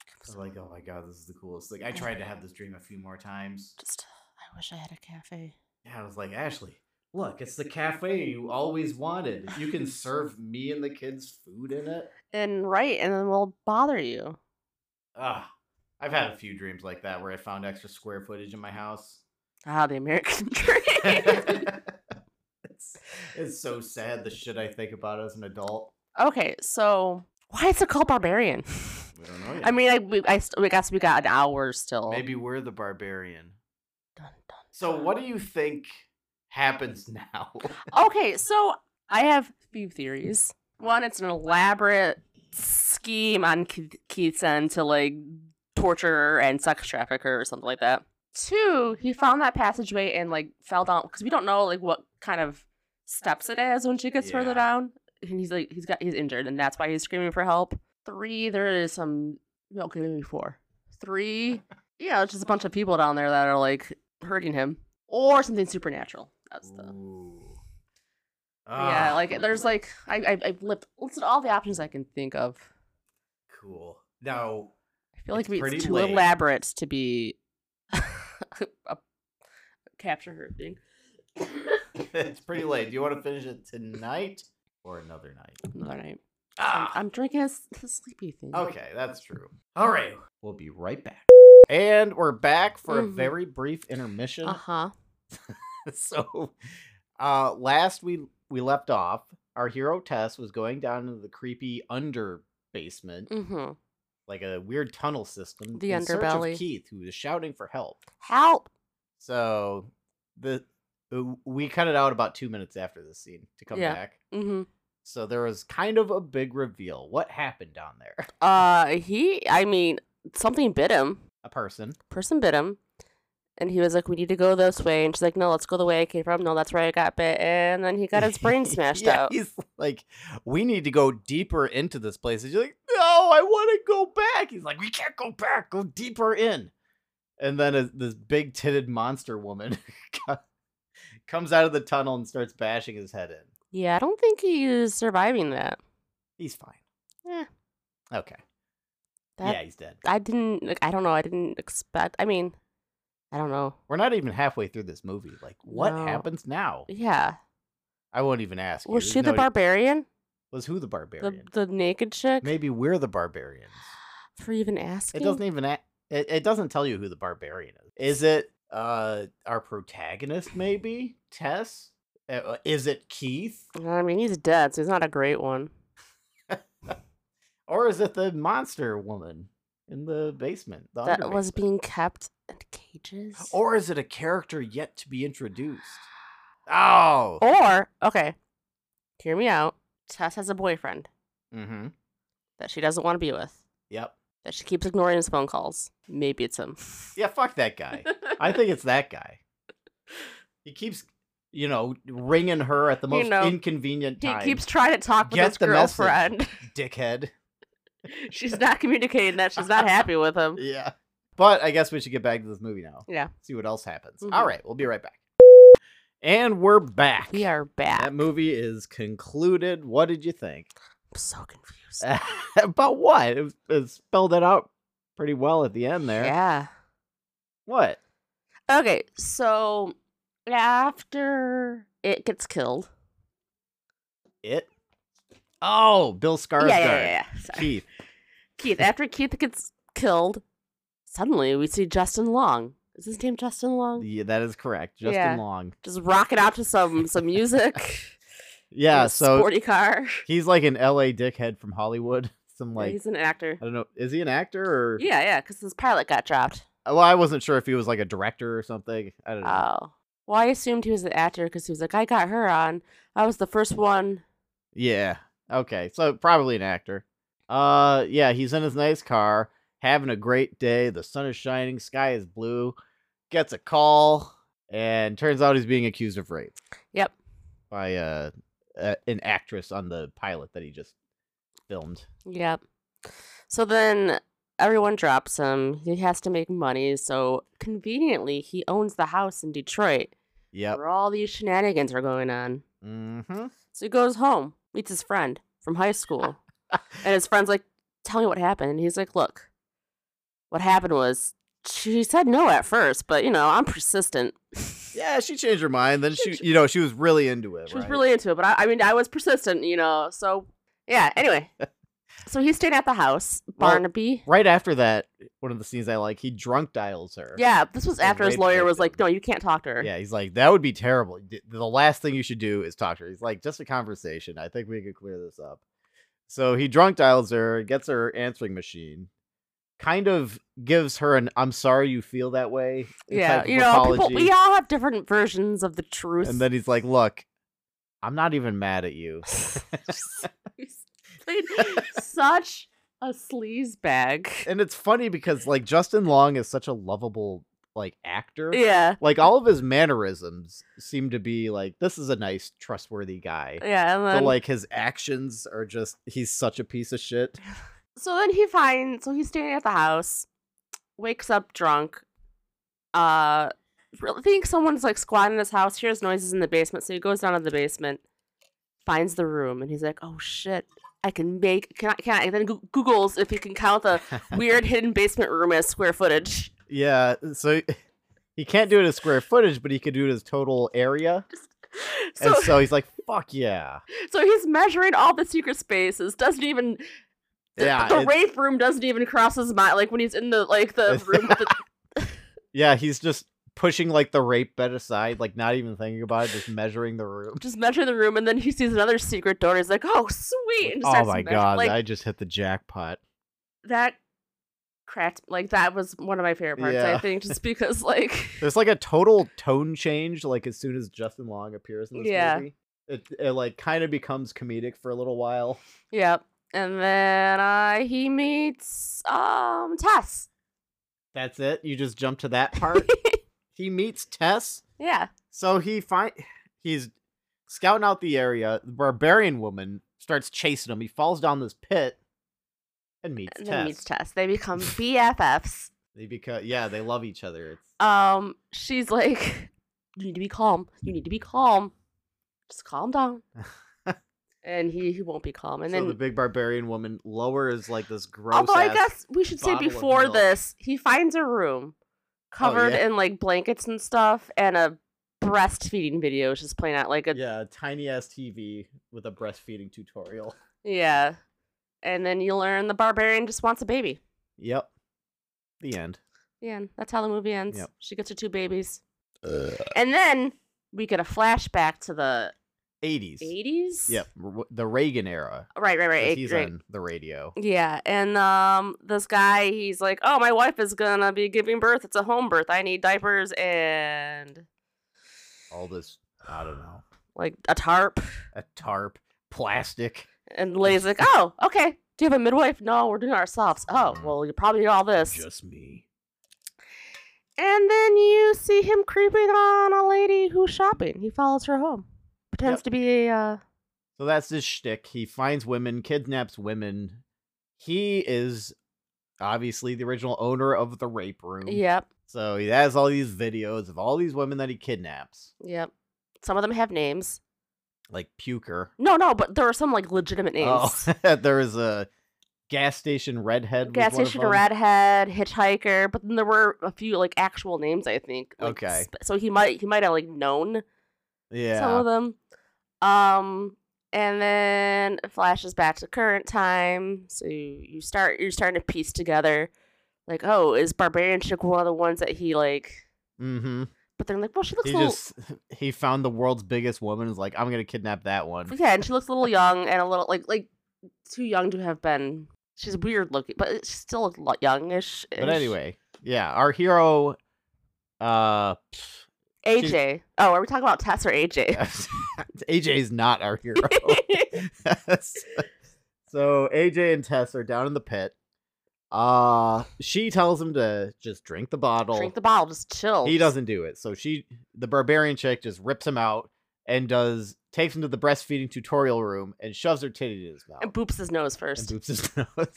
[SPEAKER 1] I was like, oh my god, this is the coolest thing. I tried to have this dream a few more times.
[SPEAKER 2] Just, I wish I had a cafe.
[SPEAKER 1] Yeah, I was like, Ashley, look, it's the cafe you always wanted. You can serve me and the kids food in it.
[SPEAKER 2] And right, and then we'll bother you.
[SPEAKER 1] Ah, I've had a few dreams like that where I found extra square footage in my house.
[SPEAKER 2] Ah, the American dream.
[SPEAKER 1] it's, it's so sad the shit I think about as an adult.
[SPEAKER 2] okay, so why is it called barbarian?
[SPEAKER 1] We don't know yet.
[SPEAKER 2] I mean, I we, I, st- we guess we got an hour still.
[SPEAKER 1] maybe we're the barbarian.
[SPEAKER 2] Dun, dun.
[SPEAKER 1] So what do you think happens now?
[SPEAKER 2] Okay, so I have a few theories. One, it's an elaborate scheme on Keith- Keith's end to like torture her and sex traffic her or something like that. Two, he found that passageway and like fell down because we don't know like what kind of steps it is when she gets
[SPEAKER 1] Yeah.
[SPEAKER 2] further down. And he's like he's got he's injured and that's why he's screaming for help. Three, there is some okay maybe four. Three, yeah, it's just a bunch of people down there that are like hurting him or something supernatural. That's the
[SPEAKER 1] Ooh.
[SPEAKER 2] yeah,
[SPEAKER 1] Ah,
[SPEAKER 2] like there's like I I I've lived listed all the options I can think of.
[SPEAKER 1] cool. Now
[SPEAKER 2] I feel like
[SPEAKER 1] It's
[SPEAKER 2] we- it's,
[SPEAKER 1] pretty
[SPEAKER 2] too
[SPEAKER 1] late.
[SPEAKER 2] elaborate to be a capture her thing.
[SPEAKER 1] it's pretty late. Do you want to finish it tonight or another night?
[SPEAKER 2] Another night.
[SPEAKER 1] Ah,
[SPEAKER 2] I'm drinking his, his sleepy thing.
[SPEAKER 1] okay, that's true. All right, we'll be right back. And we're back for a
[SPEAKER 2] Mhm.
[SPEAKER 1] very brief intermission.
[SPEAKER 2] Uh huh.
[SPEAKER 1] so uh last we we left off our hero tess was going down into the creepy under basement
[SPEAKER 2] Mm-hmm.
[SPEAKER 1] like a weird tunnel system
[SPEAKER 2] The
[SPEAKER 1] in search of
[SPEAKER 2] underbelly.
[SPEAKER 1] keith who was shouting for help
[SPEAKER 2] Help!
[SPEAKER 1] so the uh, we cut it out about two minutes after this scene to come
[SPEAKER 2] Yeah.
[SPEAKER 1] back
[SPEAKER 2] Mm-hmm.
[SPEAKER 1] so there was kind of a big reveal what happened down there
[SPEAKER 2] Uh, he. I mean, something bit him.
[SPEAKER 1] a person
[SPEAKER 2] Person bit him, and he was like, "We need to go this way." And she's like, "No, let's go the way I came from. No, that's where I got bit." And then he got his brain smashed
[SPEAKER 1] yeah,
[SPEAKER 2] out.
[SPEAKER 1] he's like we need to go deeper into this place and you're like no i want to go back he's like we can't go back go deeper in and then a, this big titted monster woman co- comes out of the tunnel and starts bashing his head in
[SPEAKER 2] Yeah, I don't think he's surviving that.
[SPEAKER 1] he's fine
[SPEAKER 2] Eh.
[SPEAKER 1] okay
[SPEAKER 2] That-
[SPEAKER 1] yeah he's dead
[SPEAKER 2] I didn't like I don't know, I didn't expect I mean I don't know.
[SPEAKER 1] we're not even halfway through this movie like what
[SPEAKER 2] No.
[SPEAKER 1] happens now
[SPEAKER 2] Yeah.
[SPEAKER 1] i won't even ask you.
[SPEAKER 2] Was
[SPEAKER 1] There's
[SPEAKER 2] she the
[SPEAKER 1] no-
[SPEAKER 2] barbarian?
[SPEAKER 1] was who the barbarian
[SPEAKER 2] The the naked chick?
[SPEAKER 1] maybe we're the barbarians
[SPEAKER 2] For even asking.
[SPEAKER 1] It doesn't even a- it, it doesn't tell you who the barbarian is. Is it uh our protagonist maybe? Tess? Uh, Uh, is it Keith?
[SPEAKER 2] I mean he's dead, so he's not a great one.
[SPEAKER 1] Or is it the monster woman in the basement? the
[SPEAKER 2] That
[SPEAKER 1] under
[SPEAKER 2] was
[SPEAKER 1] basement?
[SPEAKER 2] being kept in cages.
[SPEAKER 1] Or is it a character yet to be introduced? Oh.
[SPEAKER 2] Or okay. Hear me out. Tess has a boyfriend
[SPEAKER 1] Mhm.
[SPEAKER 2] that she doesn't want to be with.
[SPEAKER 1] Yep.
[SPEAKER 2] That she keeps ignoring his phone calls. Maybe it's him.
[SPEAKER 1] Yeah, fuck that guy. I think it's that guy. He keeps you know, ringing her at the
[SPEAKER 2] You
[SPEAKER 1] most
[SPEAKER 2] know,
[SPEAKER 1] inconvenient
[SPEAKER 2] he
[SPEAKER 1] time.
[SPEAKER 2] keeps trying to talk with
[SPEAKER 1] Get
[SPEAKER 2] his
[SPEAKER 1] the message.
[SPEAKER 2] girlfriend.
[SPEAKER 1] dickhead.
[SPEAKER 2] she's not communicating that she's not happy with him.
[SPEAKER 1] Yeah. But I guess we should get back to this movie now.
[SPEAKER 2] Yeah.
[SPEAKER 1] See what else happens.
[SPEAKER 2] Mhm.
[SPEAKER 1] All right, we'll be right back. And we're back.
[SPEAKER 2] We are back.
[SPEAKER 1] That movie is concluded. What did you think?
[SPEAKER 2] I'm so confused.
[SPEAKER 1] About what? It, was- it spelled it out pretty well at the end there.
[SPEAKER 2] Yeah.
[SPEAKER 1] What?
[SPEAKER 2] Okay, so after it gets killed.
[SPEAKER 1] It? Oh, Bill
[SPEAKER 2] Yeah,
[SPEAKER 1] Skarsgård.
[SPEAKER 2] yeah, yeah, yeah, yeah. Sorry.
[SPEAKER 1] Keith.
[SPEAKER 2] Keith. After Keith gets killed, suddenly we see Justin Long. Is his name Justin Long?
[SPEAKER 1] Yeah, that is correct. Justin
[SPEAKER 2] Yeah.
[SPEAKER 1] Long.
[SPEAKER 2] Just rocking out to some some music. in
[SPEAKER 1] Yeah,
[SPEAKER 2] a
[SPEAKER 1] so
[SPEAKER 2] sporty car.
[SPEAKER 1] he's like an LA dickhead from Hollywood. Some
[SPEAKER 2] Yeah,
[SPEAKER 1] like
[SPEAKER 2] he's an actor.
[SPEAKER 1] I don't know. Is he an actor or
[SPEAKER 2] Yeah, yeah, because his pilot got dropped.
[SPEAKER 1] Well, I wasn't sure if he was like a director or something. I don't know.
[SPEAKER 2] Oh. Well, I assumed he was the actor because he was like, I got her on. I was the first one.
[SPEAKER 1] Yeah. Okay. So probably an actor. Uh yeah, he's in his nice car, having a great day. The sun is shining, sky is blue. Gets a call and turns out he's being accused of rape.
[SPEAKER 2] Yep.
[SPEAKER 1] By uh a, an actress on the pilot that he just filmed.
[SPEAKER 2] Yep. So then everyone drops him. He has to make money. So conveniently, he owns the house in Detroit
[SPEAKER 1] Yep.
[SPEAKER 2] where all these shenanigans are going on.
[SPEAKER 1] Mhm.
[SPEAKER 2] So he goes home, meets his friend from high school. and his friend's like, Tell me what happened. And he's like, Look, what happened was she said no at first, but you know, I'm persistent.
[SPEAKER 1] Yeah, she changed her mind. Then
[SPEAKER 2] She
[SPEAKER 1] she, you know, she was really into it.
[SPEAKER 2] She was
[SPEAKER 1] Uh, right?
[SPEAKER 2] really into it, but I, I mean, I was persistent, you know. So yeah. Anyway, so he stayed at the house,
[SPEAKER 1] Well,
[SPEAKER 2] Barnaby.
[SPEAKER 1] Right after that, one of the scenes I like, he drunk dials her.
[SPEAKER 2] yeah, this was
[SPEAKER 1] the
[SPEAKER 2] after his
[SPEAKER 1] rape
[SPEAKER 2] lawyer was like,
[SPEAKER 1] victim.
[SPEAKER 2] "No, you can't talk to her."
[SPEAKER 1] Yeah, he's like, that would be terrible. D- The last thing you should do is talk to her. He's like, just a conversation. I think we could clear this up. So he drunk dials her, gets her answering machine, kind of gives her an "I'm sorry you feel that way."
[SPEAKER 2] yeah.
[SPEAKER 1] type of
[SPEAKER 2] You know, people,
[SPEAKER 1] apology.
[SPEAKER 2] we all have different versions of the truth.
[SPEAKER 1] and then he's like, "Look, I'm not even mad at you."
[SPEAKER 2] He's been such a sleaze bag.
[SPEAKER 1] and it's funny because like Justin Long is such a lovable like actor.
[SPEAKER 2] Yeah,
[SPEAKER 1] Like all of his mannerisms seem to be like this is a nice, trustworthy guy.
[SPEAKER 2] yeah. And
[SPEAKER 1] So
[SPEAKER 2] then,
[SPEAKER 1] like his actions are just he's such a piece of shit.
[SPEAKER 2] so then he finds. So he's staying at the house, wakes up drunk. Uh, really think someone's like squatting in his house. Hears noises in the basement, so he goes down to the basement, finds the room, and he's like, "Oh shit." I can make can I can I and then Goo- Google's if you can count the weird hidden basement room as square footage.
[SPEAKER 1] yeah, so he can't do it as square footage, but he could do it as total area.
[SPEAKER 2] So
[SPEAKER 1] and so he's like, "Fuck yeah,
[SPEAKER 2] So he's measuring all the secret spaces. Doesn't even the,
[SPEAKER 1] Yeah,
[SPEAKER 2] the
[SPEAKER 1] it's-
[SPEAKER 2] rape room doesn't even cross his mind. Like when he's in the like the
[SPEAKER 1] It's-
[SPEAKER 2] room. With the,
[SPEAKER 1] yeah." He's just pushing like the rape bed aside, like not even thinking about it, just measuring the room.
[SPEAKER 2] just measuring the room, and then he sees another secret door. And he's like, "Oh, sweet!" And just
[SPEAKER 1] Oh
[SPEAKER 2] starts
[SPEAKER 1] my
[SPEAKER 2] measuring-
[SPEAKER 1] god,
[SPEAKER 2] like
[SPEAKER 1] I just hit the jackpot.
[SPEAKER 2] that cracked. Like that was one of my favorite parts. I
[SPEAKER 1] Yeah.
[SPEAKER 2] think just because like
[SPEAKER 1] There's like a total tone change, like as soon as Justin Long appears in this
[SPEAKER 2] Yeah.
[SPEAKER 1] movie. It, it like kind of becomes comedic for a little while.
[SPEAKER 2] yep. And then uh, he meets um Tess.
[SPEAKER 1] That's it. You just jump to that part. he meets Tess.
[SPEAKER 2] Yeah,
[SPEAKER 1] So he find he's scouting out the area. The barbarian woman starts chasing him. He falls down this pit and meets
[SPEAKER 2] and then
[SPEAKER 1] Tess.
[SPEAKER 2] meets Tess. They become BFFs.
[SPEAKER 1] They become yeah, they love each other. It's
[SPEAKER 2] um she's like you need to be calm you need to be calm just calm down and he he won't be calm and
[SPEAKER 1] so the
[SPEAKER 2] then
[SPEAKER 1] big barbarian woman lowers like this gross.
[SPEAKER 2] although i
[SPEAKER 1] ass-
[SPEAKER 2] guess we should say
[SPEAKER 1] bottle of
[SPEAKER 2] before
[SPEAKER 1] milk. Oh,
[SPEAKER 2] this he finds a room covered
[SPEAKER 1] yeah.
[SPEAKER 2] in like blankets and stuff and a breastfeeding video is just playing out like a yeah.
[SPEAKER 1] yeah, tiny ass TV with a breastfeeding tutorial.
[SPEAKER 2] and then you learn the barbarian just wants a baby
[SPEAKER 1] Yep. The end.
[SPEAKER 2] yeah and that's how the movie ends
[SPEAKER 1] Yep.
[SPEAKER 2] she gets her two babies and then we get a flashback to the
[SPEAKER 1] 80s.
[SPEAKER 2] 80s
[SPEAKER 1] Yep, r- the Reagan era.
[SPEAKER 2] right right right,
[SPEAKER 1] 'cause
[SPEAKER 2] eight-
[SPEAKER 1] He's
[SPEAKER 2] right.
[SPEAKER 1] on the radio.
[SPEAKER 2] Yeah, and um, this guy, he's like, "Oh, my wife is gonna be giving birth. It's a home birth. I need diapers and
[SPEAKER 1] All this, I don't know,
[SPEAKER 2] like a tarp."
[SPEAKER 1] a tarp, plastic.
[SPEAKER 2] And Lay's like, "Oh, okay. Do you have a midwife? No, we're doing it ourselves. Oh, well, you probably need all this."
[SPEAKER 1] Just me.
[SPEAKER 2] And then you see him creeping on a lady who's shopping. He follows her home, pretends
[SPEAKER 1] Yep.
[SPEAKER 2] to be a. Uh...
[SPEAKER 1] So that's his shtick. He finds women, kidnaps women. He is obviously the original owner of the rape room.
[SPEAKER 2] Yep,
[SPEAKER 1] So he has all these videos of all these women that he kidnaps,
[SPEAKER 2] yep. Some of them have names.
[SPEAKER 1] like Puker.
[SPEAKER 2] No, no, but there are some like legitimate names.
[SPEAKER 1] Oh, there is a gas station redhead.
[SPEAKER 2] gas
[SPEAKER 1] was one of
[SPEAKER 2] station
[SPEAKER 1] them.
[SPEAKER 2] redhead hitchhiker but then there were a few like actual names i think like,
[SPEAKER 1] Okay.
[SPEAKER 2] sp- so he might he might have like known
[SPEAKER 1] Yeah.
[SPEAKER 2] some of them um and then it flashes back to current time so you, you start you're starting to piece together like oh is barbarian chick one of the ones that he like
[SPEAKER 1] mm-hmm.
[SPEAKER 2] but they're like well she looks
[SPEAKER 1] He
[SPEAKER 2] a little
[SPEAKER 1] just he found the world's biggest woman. and Was like, I'm gonna kidnap that one.
[SPEAKER 2] yeah and she looks a little young and a little like like too young to have been she's weird looking but she still looked lo- youngish
[SPEAKER 1] But anyway, Yeah, our hero. Uh,
[SPEAKER 2] AJ. Oh, are we talking about Tess or AJ?
[SPEAKER 1] AJ is not our hero. so AJ and Tess are down in the pit. Uh, she tells him to just drink the bottle.
[SPEAKER 2] Drink the bottle, just chill.
[SPEAKER 1] he doesn't do it. So she, the barbarian chick, just rips him out and does takes him to the breastfeeding tutorial room and shoves her titty in his mouth
[SPEAKER 2] And boops his nose
[SPEAKER 1] and
[SPEAKER 2] first.
[SPEAKER 1] boops his nose.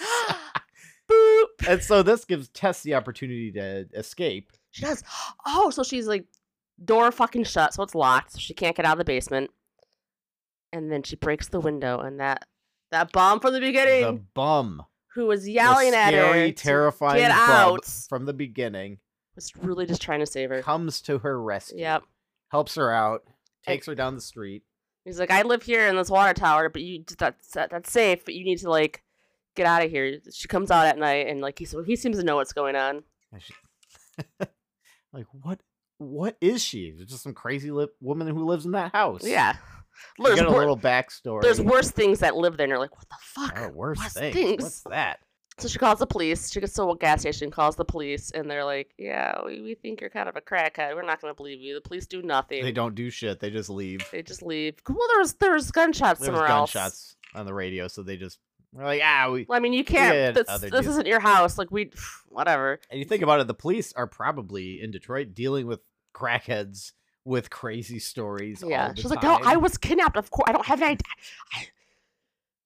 [SPEAKER 2] Boop.
[SPEAKER 1] and so this gives Tess the opportunity to escape.
[SPEAKER 2] She does. Oh, so she's like door fucking shut, so it's locked, so she can't get out of the basement. And then she breaks the window, and that that bomb from the beginning,
[SPEAKER 1] The bum,
[SPEAKER 2] who was
[SPEAKER 1] the
[SPEAKER 2] yelling at her,
[SPEAKER 1] scary,
[SPEAKER 2] to
[SPEAKER 1] terrifying
[SPEAKER 2] get
[SPEAKER 1] bum
[SPEAKER 2] out,
[SPEAKER 1] from the beginning,
[SPEAKER 2] was really just trying to save her.
[SPEAKER 1] comes to her rescue.
[SPEAKER 2] Yep.
[SPEAKER 1] Helps her out.
[SPEAKER 2] And-
[SPEAKER 1] Takes her down the street.
[SPEAKER 2] He's like, I live here in this water tower, but you that's that- that's safe, but you need to like get out of here. She comes out at night, and like he so he seems to know what's going on.
[SPEAKER 1] And she- like what? What is she? Is it just some crazy li- woman who lives in that house?
[SPEAKER 2] Yeah.
[SPEAKER 1] You
[SPEAKER 2] There's,
[SPEAKER 1] get a
[SPEAKER 2] wor-
[SPEAKER 1] little backstory.
[SPEAKER 2] there's worse things that live there, and you're like, what the fuck?
[SPEAKER 1] Oh, worse
[SPEAKER 2] worse
[SPEAKER 1] things.
[SPEAKER 2] things.
[SPEAKER 1] What's that?
[SPEAKER 2] So she calls the police. She gets to a gas station, calls the police, and they're like, "Yeah, we, we think you're kind of a crackhead. We're not going to believe you." The police do nothing.
[SPEAKER 1] They don't do shit. They just leave.
[SPEAKER 2] They just leave. Well, there was there was gunshots
[SPEAKER 1] There was
[SPEAKER 2] somewhere else.
[SPEAKER 1] gunshots on the radio, so they just were like, ah, we.
[SPEAKER 2] Well, I mean, you
[SPEAKER 1] Yeah,
[SPEAKER 2] can't. this
[SPEAKER 1] other
[SPEAKER 2] this
[SPEAKER 1] deal.
[SPEAKER 2] isn't your house. Like we, whatever.
[SPEAKER 1] And you think about it, the police are probably in Detroit dealing with crackheads with crazy stories.
[SPEAKER 2] yeah.
[SPEAKER 1] all the
[SPEAKER 2] She's like, "No, I
[SPEAKER 1] time."
[SPEAKER 2] was kidnapped. Of course, I don't have any. id-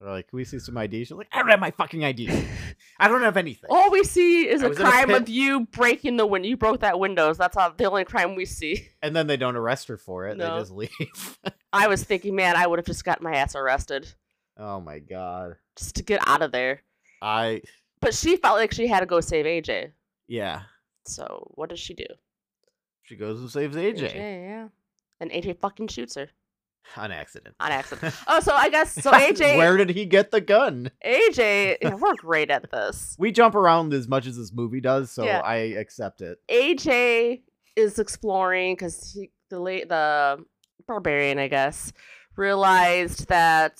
[SPEAKER 1] They're like, can we see some ID? She's like, I don't have my fucking ID. I don't have anything.
[SPEAKER 2] All we see is
[SPEAKER 1] I
[SPEAKER 2] a
[SPEAKER 1] was in a
[SPEAKER 2] crime
[SPEAKER 1] pit.
[SPEAKER 2] of you breaking the window. You broke that windows. That's all. The only crime we see."
[SPEAKER 1] And then they don't arrest her for it.
[SPEAKER 2] No.
[SPEAKER 1] They just leave.
[SPEAKER 2] I was thinking, man, I would have just got my ass arrested
[SPEAKER 1] oh my god.
[SPEAKER 2] just to get out of there.
[SPEAKER 1] I
[SPEAKER 2] But she felt like she had to go save AJ.
[SPEAKER 1] yeah.
[SPEAKER 2] So what does she do?
[SPEAKER 1] She goes and saves AJ,
[SPEAKER 2] yeah. And AJ fucking shoots her
[SPEAKER 1] on accident.
[SPEAKER 2] on accident. oh, so I guess so. AJ,
[SPEAKER 1] Where did he get the gun?
[SPEAKER 2] AJ, yeah, we're great at this.
[SPEAKER 1] We jump around as much as this movie does, so
[SPEAKER 2] Yeah.
[SPEAKER 1] I accept it.
[SPEAKER 2] AJ is exploring because he the late the barbarian, I guess, realized that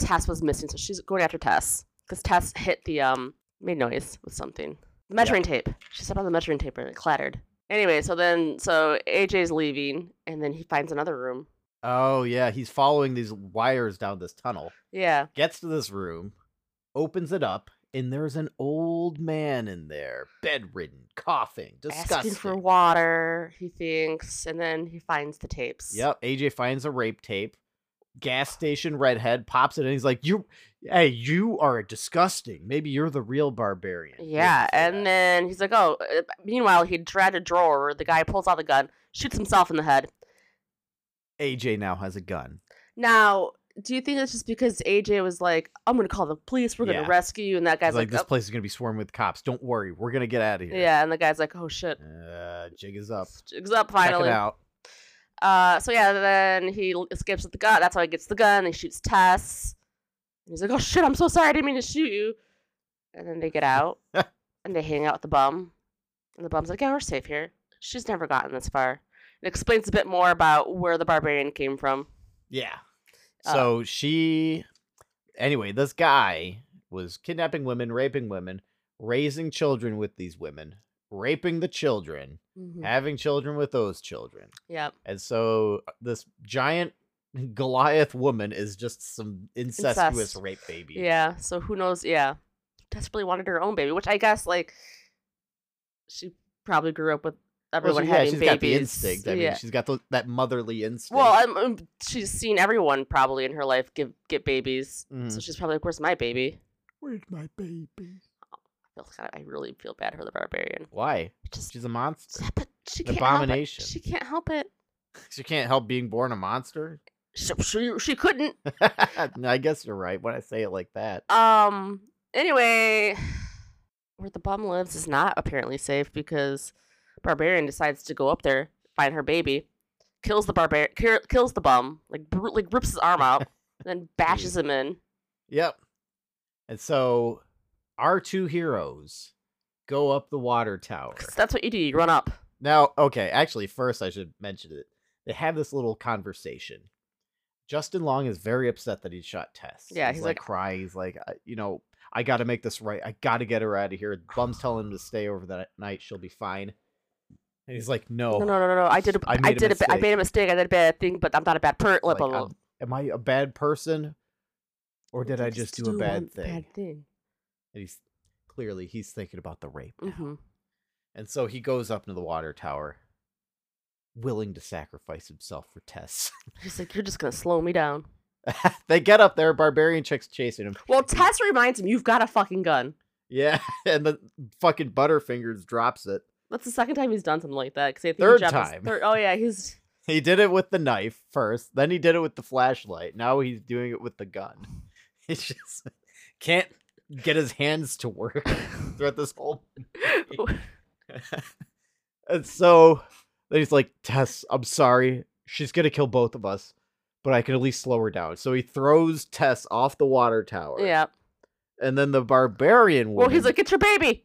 [SPEAKER 2] Tess was missing, so she's going after Tess because Tess hit the um made noise with something the measuring tape. She stepped on the measuring tape and it clattered. Anyway, so then so AJ's leaving, and then he finds another room.
[SPEAKER 1] Oh yeah, he's following these wires down this tunnel.
[SPEAKER 2] Yeah,
[SPEAKER 1] gets to this room, opens it up, and there's an old man in there, bedridden, coughing, disgusting.
[SPEAKER 2] asking for water, he thinks, and then he finds the tapes.
[SPEAKER 1] Yep, AJ finds a rape tape. Gas station redhead pops it in. He's like, "You, hey, you are disgusting. Maybe you're the real barbarian." He
[SPEAKER 2] Yeah,
[SPEAKER 1] doesn't say
[SPEAKER 2] and
[SPEAKER 1] that.
[SPEAKER 2] then he's like, "Oh." uh, Meanwhile, he dragged a drawer. The guy pulls out the gun, shoots himself in the head.
[SPEAKER 1] AJ now has a gun.
[SPEAKER 2] Now, do you think it's just because AJ was like, "I'm gonna call the police. We're
[SPEAKER 1] Yeah.
[SPEAKER 2] gonna rescue you," and that
[SPEAKER 1] He's
[SPEAKER 2] guy's
[SPEAKER 1] like,
[SPEAKER 2] like,
[SPEAKER 1] "This
[SPEAKER 2] "Oh,"
[SPEAKER 1] place is gonna be swarmed with cops. Don't worry, we're gonna get out of here."
[SPEAKER 2] "Yeah," and the guy's like, "Oh shit."
[SPEAKER 1] Uh, jig is up.
[SPEAKER 2] Jigs up
[SPEAKER 1] Check
[SPEAKER 2] finally.
[SPEAKER 1] it out.
[SPEAKER 2] Uh, so yeah, then he l- escapes with the gun. That's how he gets the gun. He shoots Tess. And he's like, "Oh shit, I'm so sorry. I didn't mean to shoot you." And then they get out and they hang out with the bum. And the bum's like, "Yeah, we're safe here. She's never gotten this far." It explains a bit more about where the barbarian came from.
[SPEAKER 1] Yeah.
[SPEAKER 2] Uh,
[SPEAKER 1] So she, anyway, this guy was kidnapping women, raping women, raising children with these women, raping the children,
[SPEAKER 2] Hmm.
[SPEAKER 1] having children with those children.
[SPEAKER 2] Yep.
[SPEAKER 1] And so uh, this giant Goliath woman is just some incestuous
[SPEAKER 2] Incest.
[SPEAKER 1] rape baby.
[SPEAKER 2] Yeah. So who knows? Yeah. Desperately wanted her own baby, which I guess like she probably grew up with
[SPEAKER 1] Well,
[SPEAKER 2] everyone
[SPEAKER 1] she, yeah,
[SPEAKER 2] having
[SPEAKER 1] she's
[SPEAKER 2] babies.
[SPEAKER 1] got the instinct. I mean,
[SPEAKER 2] yeah.
[SPEAKER 1] she's got tho- that motherly instinct.
[SPEAKER 2] Well, I'm, i she's seen everyone probably in her life give get babies, so
[SPEAKER 1] Mhm.
[SPEAKER 2] she's probably like, "Where's my baby?"
[SPEAKER 1] where's my baby?
[SPEAKER 2] I feel kind of- I really feel bad for the barbarian.
[SPEAKER 1] Why?
[SPEAKER 2] Just,
[SPEAKER 1] She's a monster.
[SPEAKER 2] but she
[SPEAKER 1] An
[SPEAKER 2] can't
[SPEAKER 1] abomination.
[SPEAKER 2] help it. She can't help it.
[SPEAKER 1] She can't help being born a monster.
[SPEAKER 2] She, she, she couldn't.
[SPEAKER 1] I guess you're right when I say it like that.
[SPEAKER 2] Um. Anyway, where the bum lives is not apparently safe because barbarian decides to go up there find her baby, kills the barbarian, kills the bum, like bru- like rips his arm out, and then bashes him in.
[SPEAKER 1] Yep. And so our two heroes go up the water tower.
[SPEAKER 2] 'Cause that's what you do. You run up.
[SPEAKER 1] Now, okay, actually, first I should mention it. They have this little conversation. Justin Long is very upset that he shot Tess.
[SPEAKER 2] Yeah, he's like-
[SPEAKER 1] crying. He's like, "I- you know, I got to make this right. I got to get her out of here. Bum's telling him to stay over that night. She'll be fine. And he's like, no.
[SPEAKER 2] No, no, no, no, no. I did. A,
[SPEAKER 1] Oh. I
[SPEAKER 2] I,
[SPEAKER 1] made a
[SPEAKER 2] did. A ba- I
[SPEAKER 1] mistake.
[SPEAKER 2] made a mistake. I did a bad thing, but I'm not a bad person.
[SPEAKER 1] Like, I'm- Am I a bad person? Or did I just do a bad thing? And he's clearly he's thinking about the rape. now.
[SPEAKER 2] hmm
[SPEAKER 1] And so he goes up into the water tower, willing to sacrifice himself for Tess.
[SPEAKER 2] He's like, you're just gonna slow me down.
[SPEAKER 1] they get up there, barbarian chicks chasing him.
[SPEAKER 2] Well, Tess reminds him, you've got a fucking gun.
[SPEAKER 1] Yeah, and the fucking Butterfingers drops it.
[SPEAKER 2] That's the second time he's done something like that. 'cause I think he
[SPEAKER 1] Third
[SPEAKER 2] dropped his
[SPEAKER 1] time.
[SPEAKER 2] third- oh yeah, he's
[SPEAKER 1] He did it with the knife first, then he did it with the flashlight. Now he's doing it with the gun. He just can't get his hands to work throughout this whole and so then he's like, Tess, I'm sorry. She's going to kill both of us, but I can at least slow her down. So he throws Tess off the water tower.
[SPEAKER 2] yeah.
[SPEAKER 1] And then the barbarian woman
[SPEAKER 2] Well, he's like, it's your baby.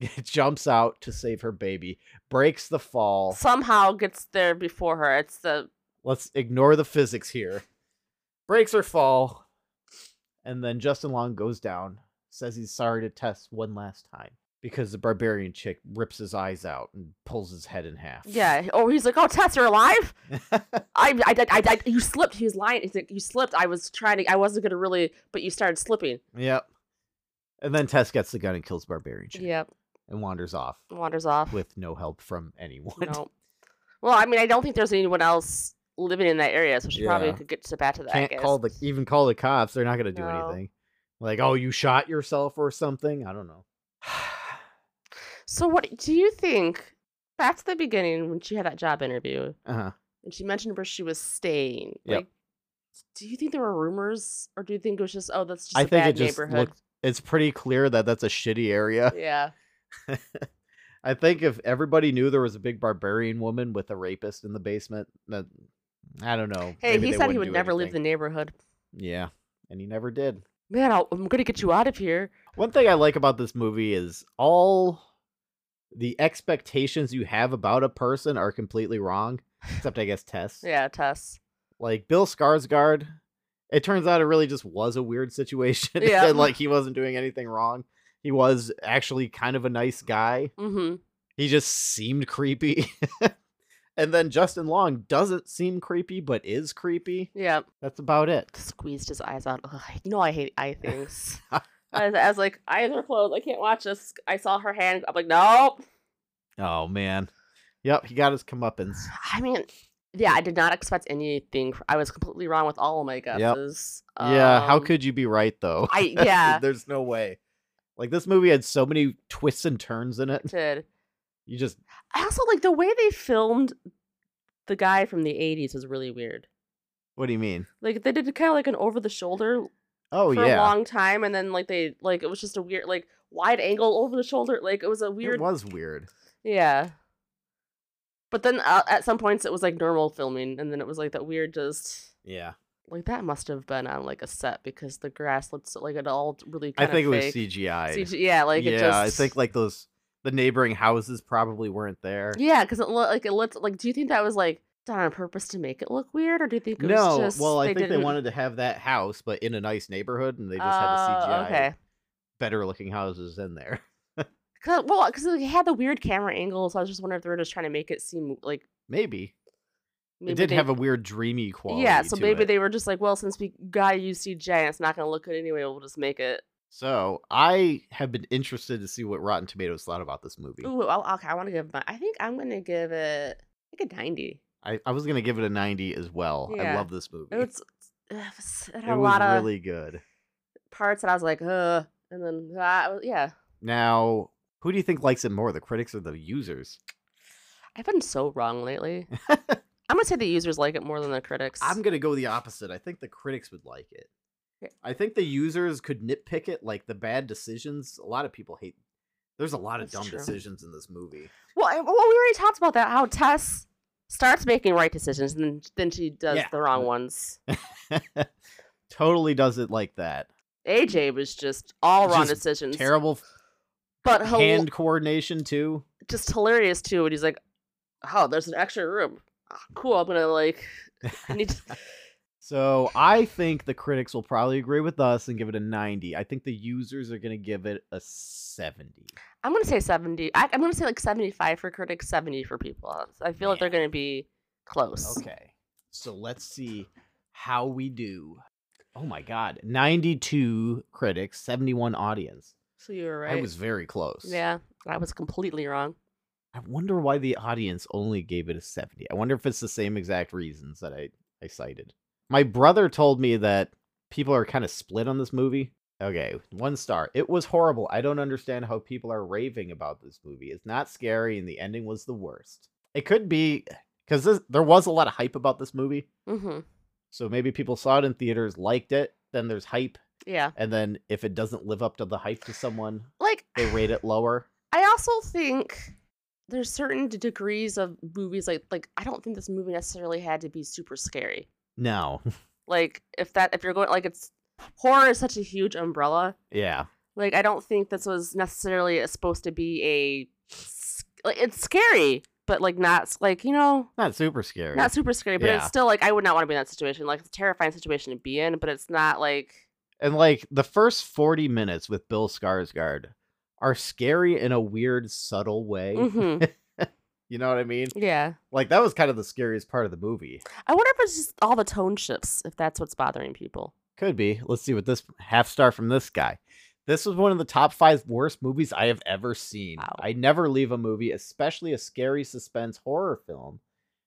[SPEAKER 1] jumps out to save her baby, breaks the fall.
[SPEAKER 2] Somehow gets there before her. It's the
[SPEAKER 1] Let's ignore the physics here. Breaks her fall. And then Justin Long goes down, says he's sorry to Tess one last time because the barbarian chick rips his eyes out and pulls his head in half.
[SPEAKER 2] yeah. Or he's like, oh, Tess, you're alive. I, I, I, I, I- you slipped. He was lying. He's like, you slipped. I was trying to. I wasn't gonna really, but you started slipping.
[SPEAKER 1] Yep. And then Tess gets the gun and kills Barbarian Chick
[SPEAKER 2] Yep.
[SPEAKER 1] and wanders off
[SPEAKER 2] Wanders off.
[SPEAKER 1] with no help from anyone.
[SPEAKER 2] No. Well, I mean, I don't think there's anyone else living in that area, so she probably
[SPEAKER 1] Yeah.
[SPEAKER 2] could get to back to that. I
[SPEAKER 1] Can't
[SPEAKER 2] guess.
[SPEAKER 1] call the e even call the cops. They're not gonna do
[SPEAKER 2] No.
[SPEAKER 1] anything. Like, oh, you shot yourself or something. I don't know.
[SPEAKER 2] So, what do you think? Back to the beginning when she had that job interview,
[SPEAKER 1] Uh-huh.
[SPEAKER 2] and she mentioned where she was staying.
[SPEAKER 1] Yep.
[SPEAKER 2] Like, do you think there were rumors, or do you think it was just, oh, that's just
[SPEAKER 1] I
[SPEAKER 2] a
[SPEAKER 1] think
[SPEAKER 2] bad
[SPEAKER 1] it just
[SPEAKER 2] neighborhood?
[SPEAKER 1] looked. It's pretty clear that that's a shitty area.
[SPEAKER 2] Yeah.
[SPEAKER 1] I think if everybody knew there was a big barbarian woman with a rapist in the basement, that I don't know.
[SPEAKER 2] Hey,
[SPEAKER 1] maybe
[SPEAKER 2] he
[SPEAKER 1] they
[SPEAKER 2] said he
[SPEAKER 1] wouldn't
[SPEAKER 2] would
[SPEAKER 1] do
[SPEAKER 2] never leave the
[SPEAKER 1] anything.
[SPEAKER 2] neighborhood.
[SPEAKER 1] Yeah, and he never did.
[SPEAKER 2] Man, I'll, I'm gonna get you out of here.
[SPEAKER 1] One thing I like about this movie is all the expectations you have about a person are completely wrong, except I guess Tess.
[SPEAKER 2] Yeah, Tess.
[SPEAKER 1] Like Bill Skarsgård, it turns out it really just was a weird situation.
[SPEAKER 2] Yeah.
[SPEAKER 1] and like he wasn't doing anything wrong. He was actually kind of a nice guy.
[SPEAKER 2] Mm-hmm.
[SPEAKER 1] He just seemed creepy. and then Justin Long doesn't seem creepy but is creepy.
[SPEAKER 2] Yeah.
[SPEAKER 1] That's about it.
[SPEAKER 2] Squeezed his eyes out. Ugh, I know I hate eye things. I, was, I was like, eyes are closed. I can't watch this. I saw her hand. I'm like, nope.
[SPEAKER 1] Oh man. Yep, he got his comeuppance.
[SPEAKER 2] I mean, yeah, I did not expect anything. fr- I was completely wrong with all of my guesses.
[SPEAKER 1] yeah, how
[SPEAKER 2] Um,
[SPEAKER 1] could you be right though?
[SPEAKER 2] I? Yeah,
[SPEAKER 1] There's no way. Like this movie had so many twists and turns in
[SPEAKER 2] I
[SPEAKER 1] it.
[SPEAKER 2] did.
[SPEAKER 1] You just
[SPEAKER 2] I also like the way they filmed the guy from the '80s was really weird.
[SPEAKER 1] what do you mean?
[SPEAKER 2] Like they did kind of like an over the shoulder
[SPEAKER 1] Oh
[SPEAKER 2] for a
[SPEAKER 1] yeah.
[SPEAKER 2] long time, and then like they like it was just a weird like wide angle over the shoulder. Like it was a weird.
[SPEAKER 1] It was weird.
[SPEAKER 2] Yeah. But then uh, at some points it was like normal filming, and then it was like that weird just.
[SPEAKER 1] Yeah.
[SPEAKER 2] Like that must have been on like a set because the grass looks like it all really.
[SPEAKER 1] I
[SPEAKER 2] Kind
[SPEAKER 1] think it
[SPEAKER 2] of
[SPEAKER 1] was
[SPEAKER 2] fake.
[SPEAKER 1] CGI.
[SPEAKER 2] CG, yeah, like
[SPEAKER 1] yeah,
[SPEAKER 2] it just.
[SPEAKER 1] I think like those the neighboring houses probably weren't there.
[SPEAKER 2] Yeah, because it looked like it looked like. Do you think that was like done on purpose to make it look weird, or do you think it was
[SPEAKER 1] no,
[SPEAKER 2] just?
[SPEAKER 1] well, I think they
[SPEAKER 2] didn't-
[SPEAKER 1] wanted to have that house, but in a nice neighborhood, and they just
[SPEAKER 2] Oh,
[SPEAKER 1] had the CGI
[SPEAKER 2] Okay.
[SPEAKER 1] better looking houses in there.
[SPEAKER 2] 'Cause- well, because it had the weird camera angle, so I was just wondering if they were just trying to make it seem like
[SPEAKER 1] Maybe.
[SPEAKER 2] maybe
[SPEAKER 1] it did
[SPEAKER 2] they,
[SPEAKER 1] have a weird dreamy quality.
[SPEAKER 2] yeah. So
[SPEAKER 1] to
[SPEAKER 2] maybe
[SPEAKER 1] it.
[SPEAKER 2] they were just like, well, since we gotta use CGI, and it's not gonna look good anyway. We'll just make it.
[SPEAKER 1] So I have been interested to see what Rotten Tomatoes thought about this movie.
[SPEAKER 2] Ooh, well, okay. I want to give. My, I think I'm gonna give it like a ninety.
[SPEAKER 1] I, I was gonna give it a 90 as well. I
[SPEAKER 2] Yeah.
[SPEAKER 1] love this movie.
[SPEAKER 2] It's it was, it had
[SPEAKER 1] it
[SPEAKER 2] a
[SPEAKER 1] was
[SPEAKER 2] lot of
[SPEAKER 1] really good.
[SPEAKER 2] parts that I was like, uh, and then uh, yeah.
[SPEAKER 1] Now, who do you think likes it more, the critics or the users?
[SPEAKER 2] I've been so wrong lately. I'm gonna say the users like it more than the critics.
[SPEAKER 1] I'm gonna go the opposite. I think the critics would like it.
[SPEAKER 2] Okay.
[SPEAKER 1] I think the users could nitpick it, like the bad decisions. A lot of people hate. There's a lot of
[SPEAKER 2] That's
[SPEAKER 1] dumb
[SPEAKER 2] true.
[SPEAKER 1] decisions in this movie.
[SPEAKER 2] well, I- well, we already talked about that. How Tess starts making right decisions and then, then she does
[SPEAKER 1] Yeah.
[SPEAKER 2] the wrong ones.
[SPEAKER 1] totally does it like that.
[SPEAKER 2] AJ was just all wrong
[SPEAKER 1] Just
[SPEAKER 2] decisions,
[SPEAKER 1] Terrible
[SPEAKER 2] but hil-
[SPEAKER 1] hand coordination too.
[SPEAKER 2] just hilarious too. And he's like, "Oh, there's an extra room. Ah, cool. I'm gonna like, I need to-
[SPEAKER 1] So I think the critics will probably agree with us and give it a 90. I think the users are going to give it a 70.
[SPEAKER 2] I'm gonna say seventy. I, I'm gonna say like seventy-five for critics, seventy for people. I feel like they're gonna be close.
[SPEAKER 1] Okay. So let's see how we do. Oh my god. 92 critics, 71 audience.
[SPEAKER 2] So you were right.
[SPEAKER 1] I was very close.
[SPEAKER 2] yeah, I was completely wrong.
[SPEAKER 1] I wonder why the audience only gave it a 70. I wonder if it's the same exact reasons that I, I cited. My brother told me that people are kind of split on this movie. Okay, one star. It was horrible. I don't understand how people are raving about this movie. It's not scary, and the ending was the worst. It could be because there was a lot of hype about this movie.
[SPEAKER 2] Mm-hmm.
[SPEAKER 1] So maybe people saw it in theaters, liked it, then there's hype.
[SPEAKER 2] Yeah,
[SPEAKER 1] And then if it doesn't live up to the hype to someone,
[SPEAKER 2] like
[SPEAKER 1] they rate it lower.
[SPEAKER 2] I also think there's certain d- degrees of movies like like I don't think this movie necessarily had to be super scary.
[SPEAKER 1] No.
[SPEAKER 2] Like if that if you're going like it's horror is such a huge umbrella.
[SPEAKER 1] yeah.
[SPEAKER 2] Like I don't think this was necessarily uh, supposed to be a s- like it's scary, but like not s- like you know
[SPEAKER 1] Not super scary.
[SPEAKER 2] not super scary, but it's
[SPEAKER 1] Yeah.
[SPEAKER 2] still like I would not want to be in that situation. Like it's a terrifying situation to be in, but it's not like
[SPEAKER 1] And like the first 40 minutes with Bill Skarsgård are scary in a weird, subtle way.
[SPEAKER 2] hmm
[SPEAKER 1] You know what I mean?
[SPEAKER 2] yeah.
[SPEAKER 1] Like that was kind of the scariest part of the movie.
[SPEAKER 2] I wonder if it's just all the tone shifts if that's what's bothering people.
[SPEAKER 1] Could be. Let's see what this half star from this guy. This was one of the top five worst movies I have ever seen.
[SPEAKER 2] Wow.
[SPEAKER 1] I never leave a movie, especially a scary suspense horror film,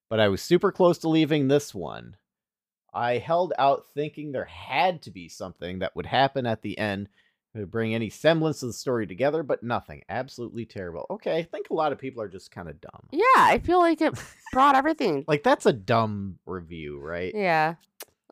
[SPEAKER 1] but I was super close to leaving this one. I held out thinking there had to be something that would happen at the end to bring any semblance of the story together, but nothing. Absolutely terrible. Okay, I think a lot of people are just kind of dumb.
[SPEAKER 2] Yeah, I feel like it brought everything.
[SPEAKER 1] Like, that's a dumb review, right?
[SPEAKER 2] Yeah.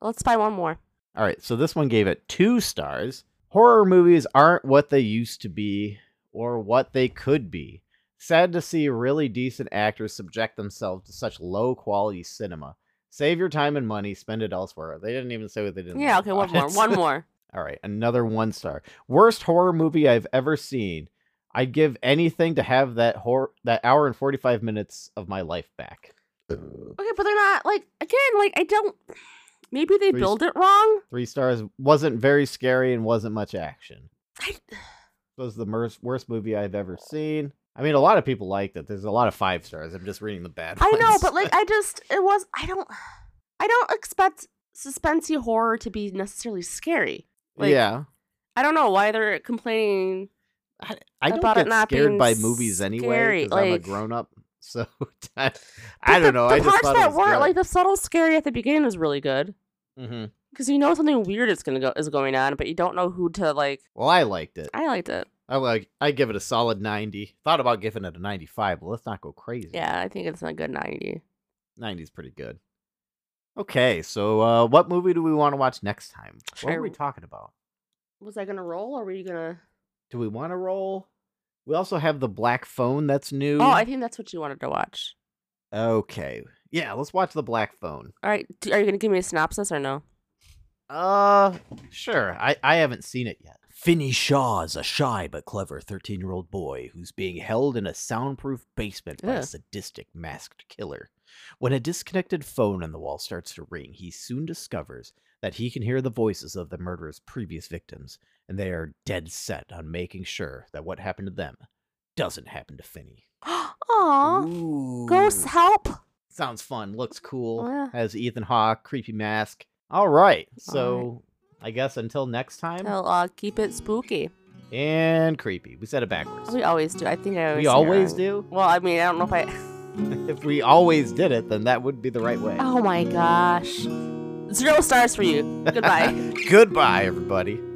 [SPEAKER 2] Let's buy one more.
[SPEAKER 1] All right, so this one gave it two stars. Horror movies aren't what they used to be or what they could be. Sad to see really decent actors subject themselves to such low quality cinema. Save your time and money, spend it elsewhere. They didn't even say what they didn't.
[SPEAKER 2] Yeah,
[SPEAKER 1] like
[SPEAKER 2] okay,
[SPEAKER 1] about
[SPEAKER 2] one more.
[SPEAKER 1] it.
[SPEAKER 2] One more.
[SPEAKER 1] All right, another one star. Worst horror movie I've ever seen. I'd give anything to have that hor- that hour and 45 minutes of my life back.
[SPEAKER 2] Okay, but they're not like again, like I don't maybe they
[SPEAKER 1] Please.
[SPEAKER 2] build it wrong.
[SPEAKER 1] Three stars wasn't very scary and wasn't much action.
[SPEAKER 2] I,
[SPEAKER 1] was the mer- worst movie I've ever seen. I mean, a lot of people liked it. There's a lot of five stars. I'm just reading the bad.
[SPEAKER 2] I know,
[SPEAKER 1] ones.
[SPEAKER 2] but like I just it was I don't I don't expect suspensey horror to be necessarily scary. like,
[SPEAKER 1] yeah,
[SPEAKER 2] I don't know why they're complaining.
[SPEAKER 1] I don't
[SPEAKER 2] about it
[SPEAKER 1] get
[SPEAKER 2] not
[SPEAKER 1] scared
[SPEAKER 2] being
[SPEAKER 1] by movies anyway
[SPEAKER 2] scary,
[SPEAKER 1] because I'm a
[SPEAKER 2] like-
[SPEAKER 1] grown up. So I,
[SPEAKER 2] But
[SPEAKER 1] I
[SPEAKER 2] the-
[SPEAKER 1] don't know.
[SPEAKER 2] The
[SPEAKER 1] I just
[SPEAKER 2] parts
[SPEAKER 1] thought
[SPEAKER 2] that
[SPEAKER 1] it was
[SPEAKER 2] weren't
[SPEAKER 1] good.
[SPEAKER 2] like the subtle scary at the beginning was really good
[SPEAKER 1] Mhm.
[SPEAKER 2] because you know something weird is gonna go is going on, but you don't know who to like.
[SPEAKER 1] Well, I liked it.
[SPEAKER 2] I liked it.
[SPEAKER 1] I like. I give it a solid 90. Thought about giving it a 95, but let's not go crazy.
[SPEAKER 2] Yeah, I think it's a good ninety.
[SPEAKER 1] 90 is pretty good. Okay, so uh, what movie do we want to watch next time? What are
[SPEAKER 2] Sure.
[SPEAKER 1] we talking about?
[SPEAKER 2] Was I gonna roll or were you gonna?
[SPEAKER 1] Do we want to roll? We also have the black phone that's new.
[SPEAKER 2] Oh, I think that's what you wanted to watch.
[SPEAKER 1] Okay. Yeah, let's watch the black phone.
[SPEAKER 2] All right, do, are you gonna give me a synopsis or no?
[SPEAKER 1] Uh, sure. I I haven't seen it yet.
[SPEAKER 3] Finney Shaw is a shy but clever 13 year old boy who's being held in a soundproof basement by
[SPEAKER 2] Ugh.
[SPEAKER 3] a sadistic masked killer. When a disconnected phone on the wall starts to ring, he soon discovers that he can hear the voices of the murderer's previous victims, and they are dead set on making sure that what happened to them doesn't happen to Finney.
[SPEAKER 2] Aw, ghosts help.
[SPEAKER 1] Sounds fun. Looks cool.
[SPEAKER 2] Oh, Yeah.
[SPEAKER 1] Has Ethan Hawke, creepy mask. All right. So I guess until next time
[SPEAKER 2] They'll uh, keep it spooky.
[SPEAKER 1] and creepy. We said it backwards.
[SPEAKER 2] We always do. I think I always.
[SPEAKER 1] We
[SPEAKER 2] say it
[SPEAKER 1] always
[SPEAKER 2] wrong.
[SPEAKER 1] do.
[SPEAKER 2] Well, I mean, I don't know if I.
[SPEAKER 1] If we always did it, then that would be the right way.
[SPEAKER 2] Oh my gosh. Zero stars for you. Goodbye.
[SPEAKER 1] Goodbye, everybody.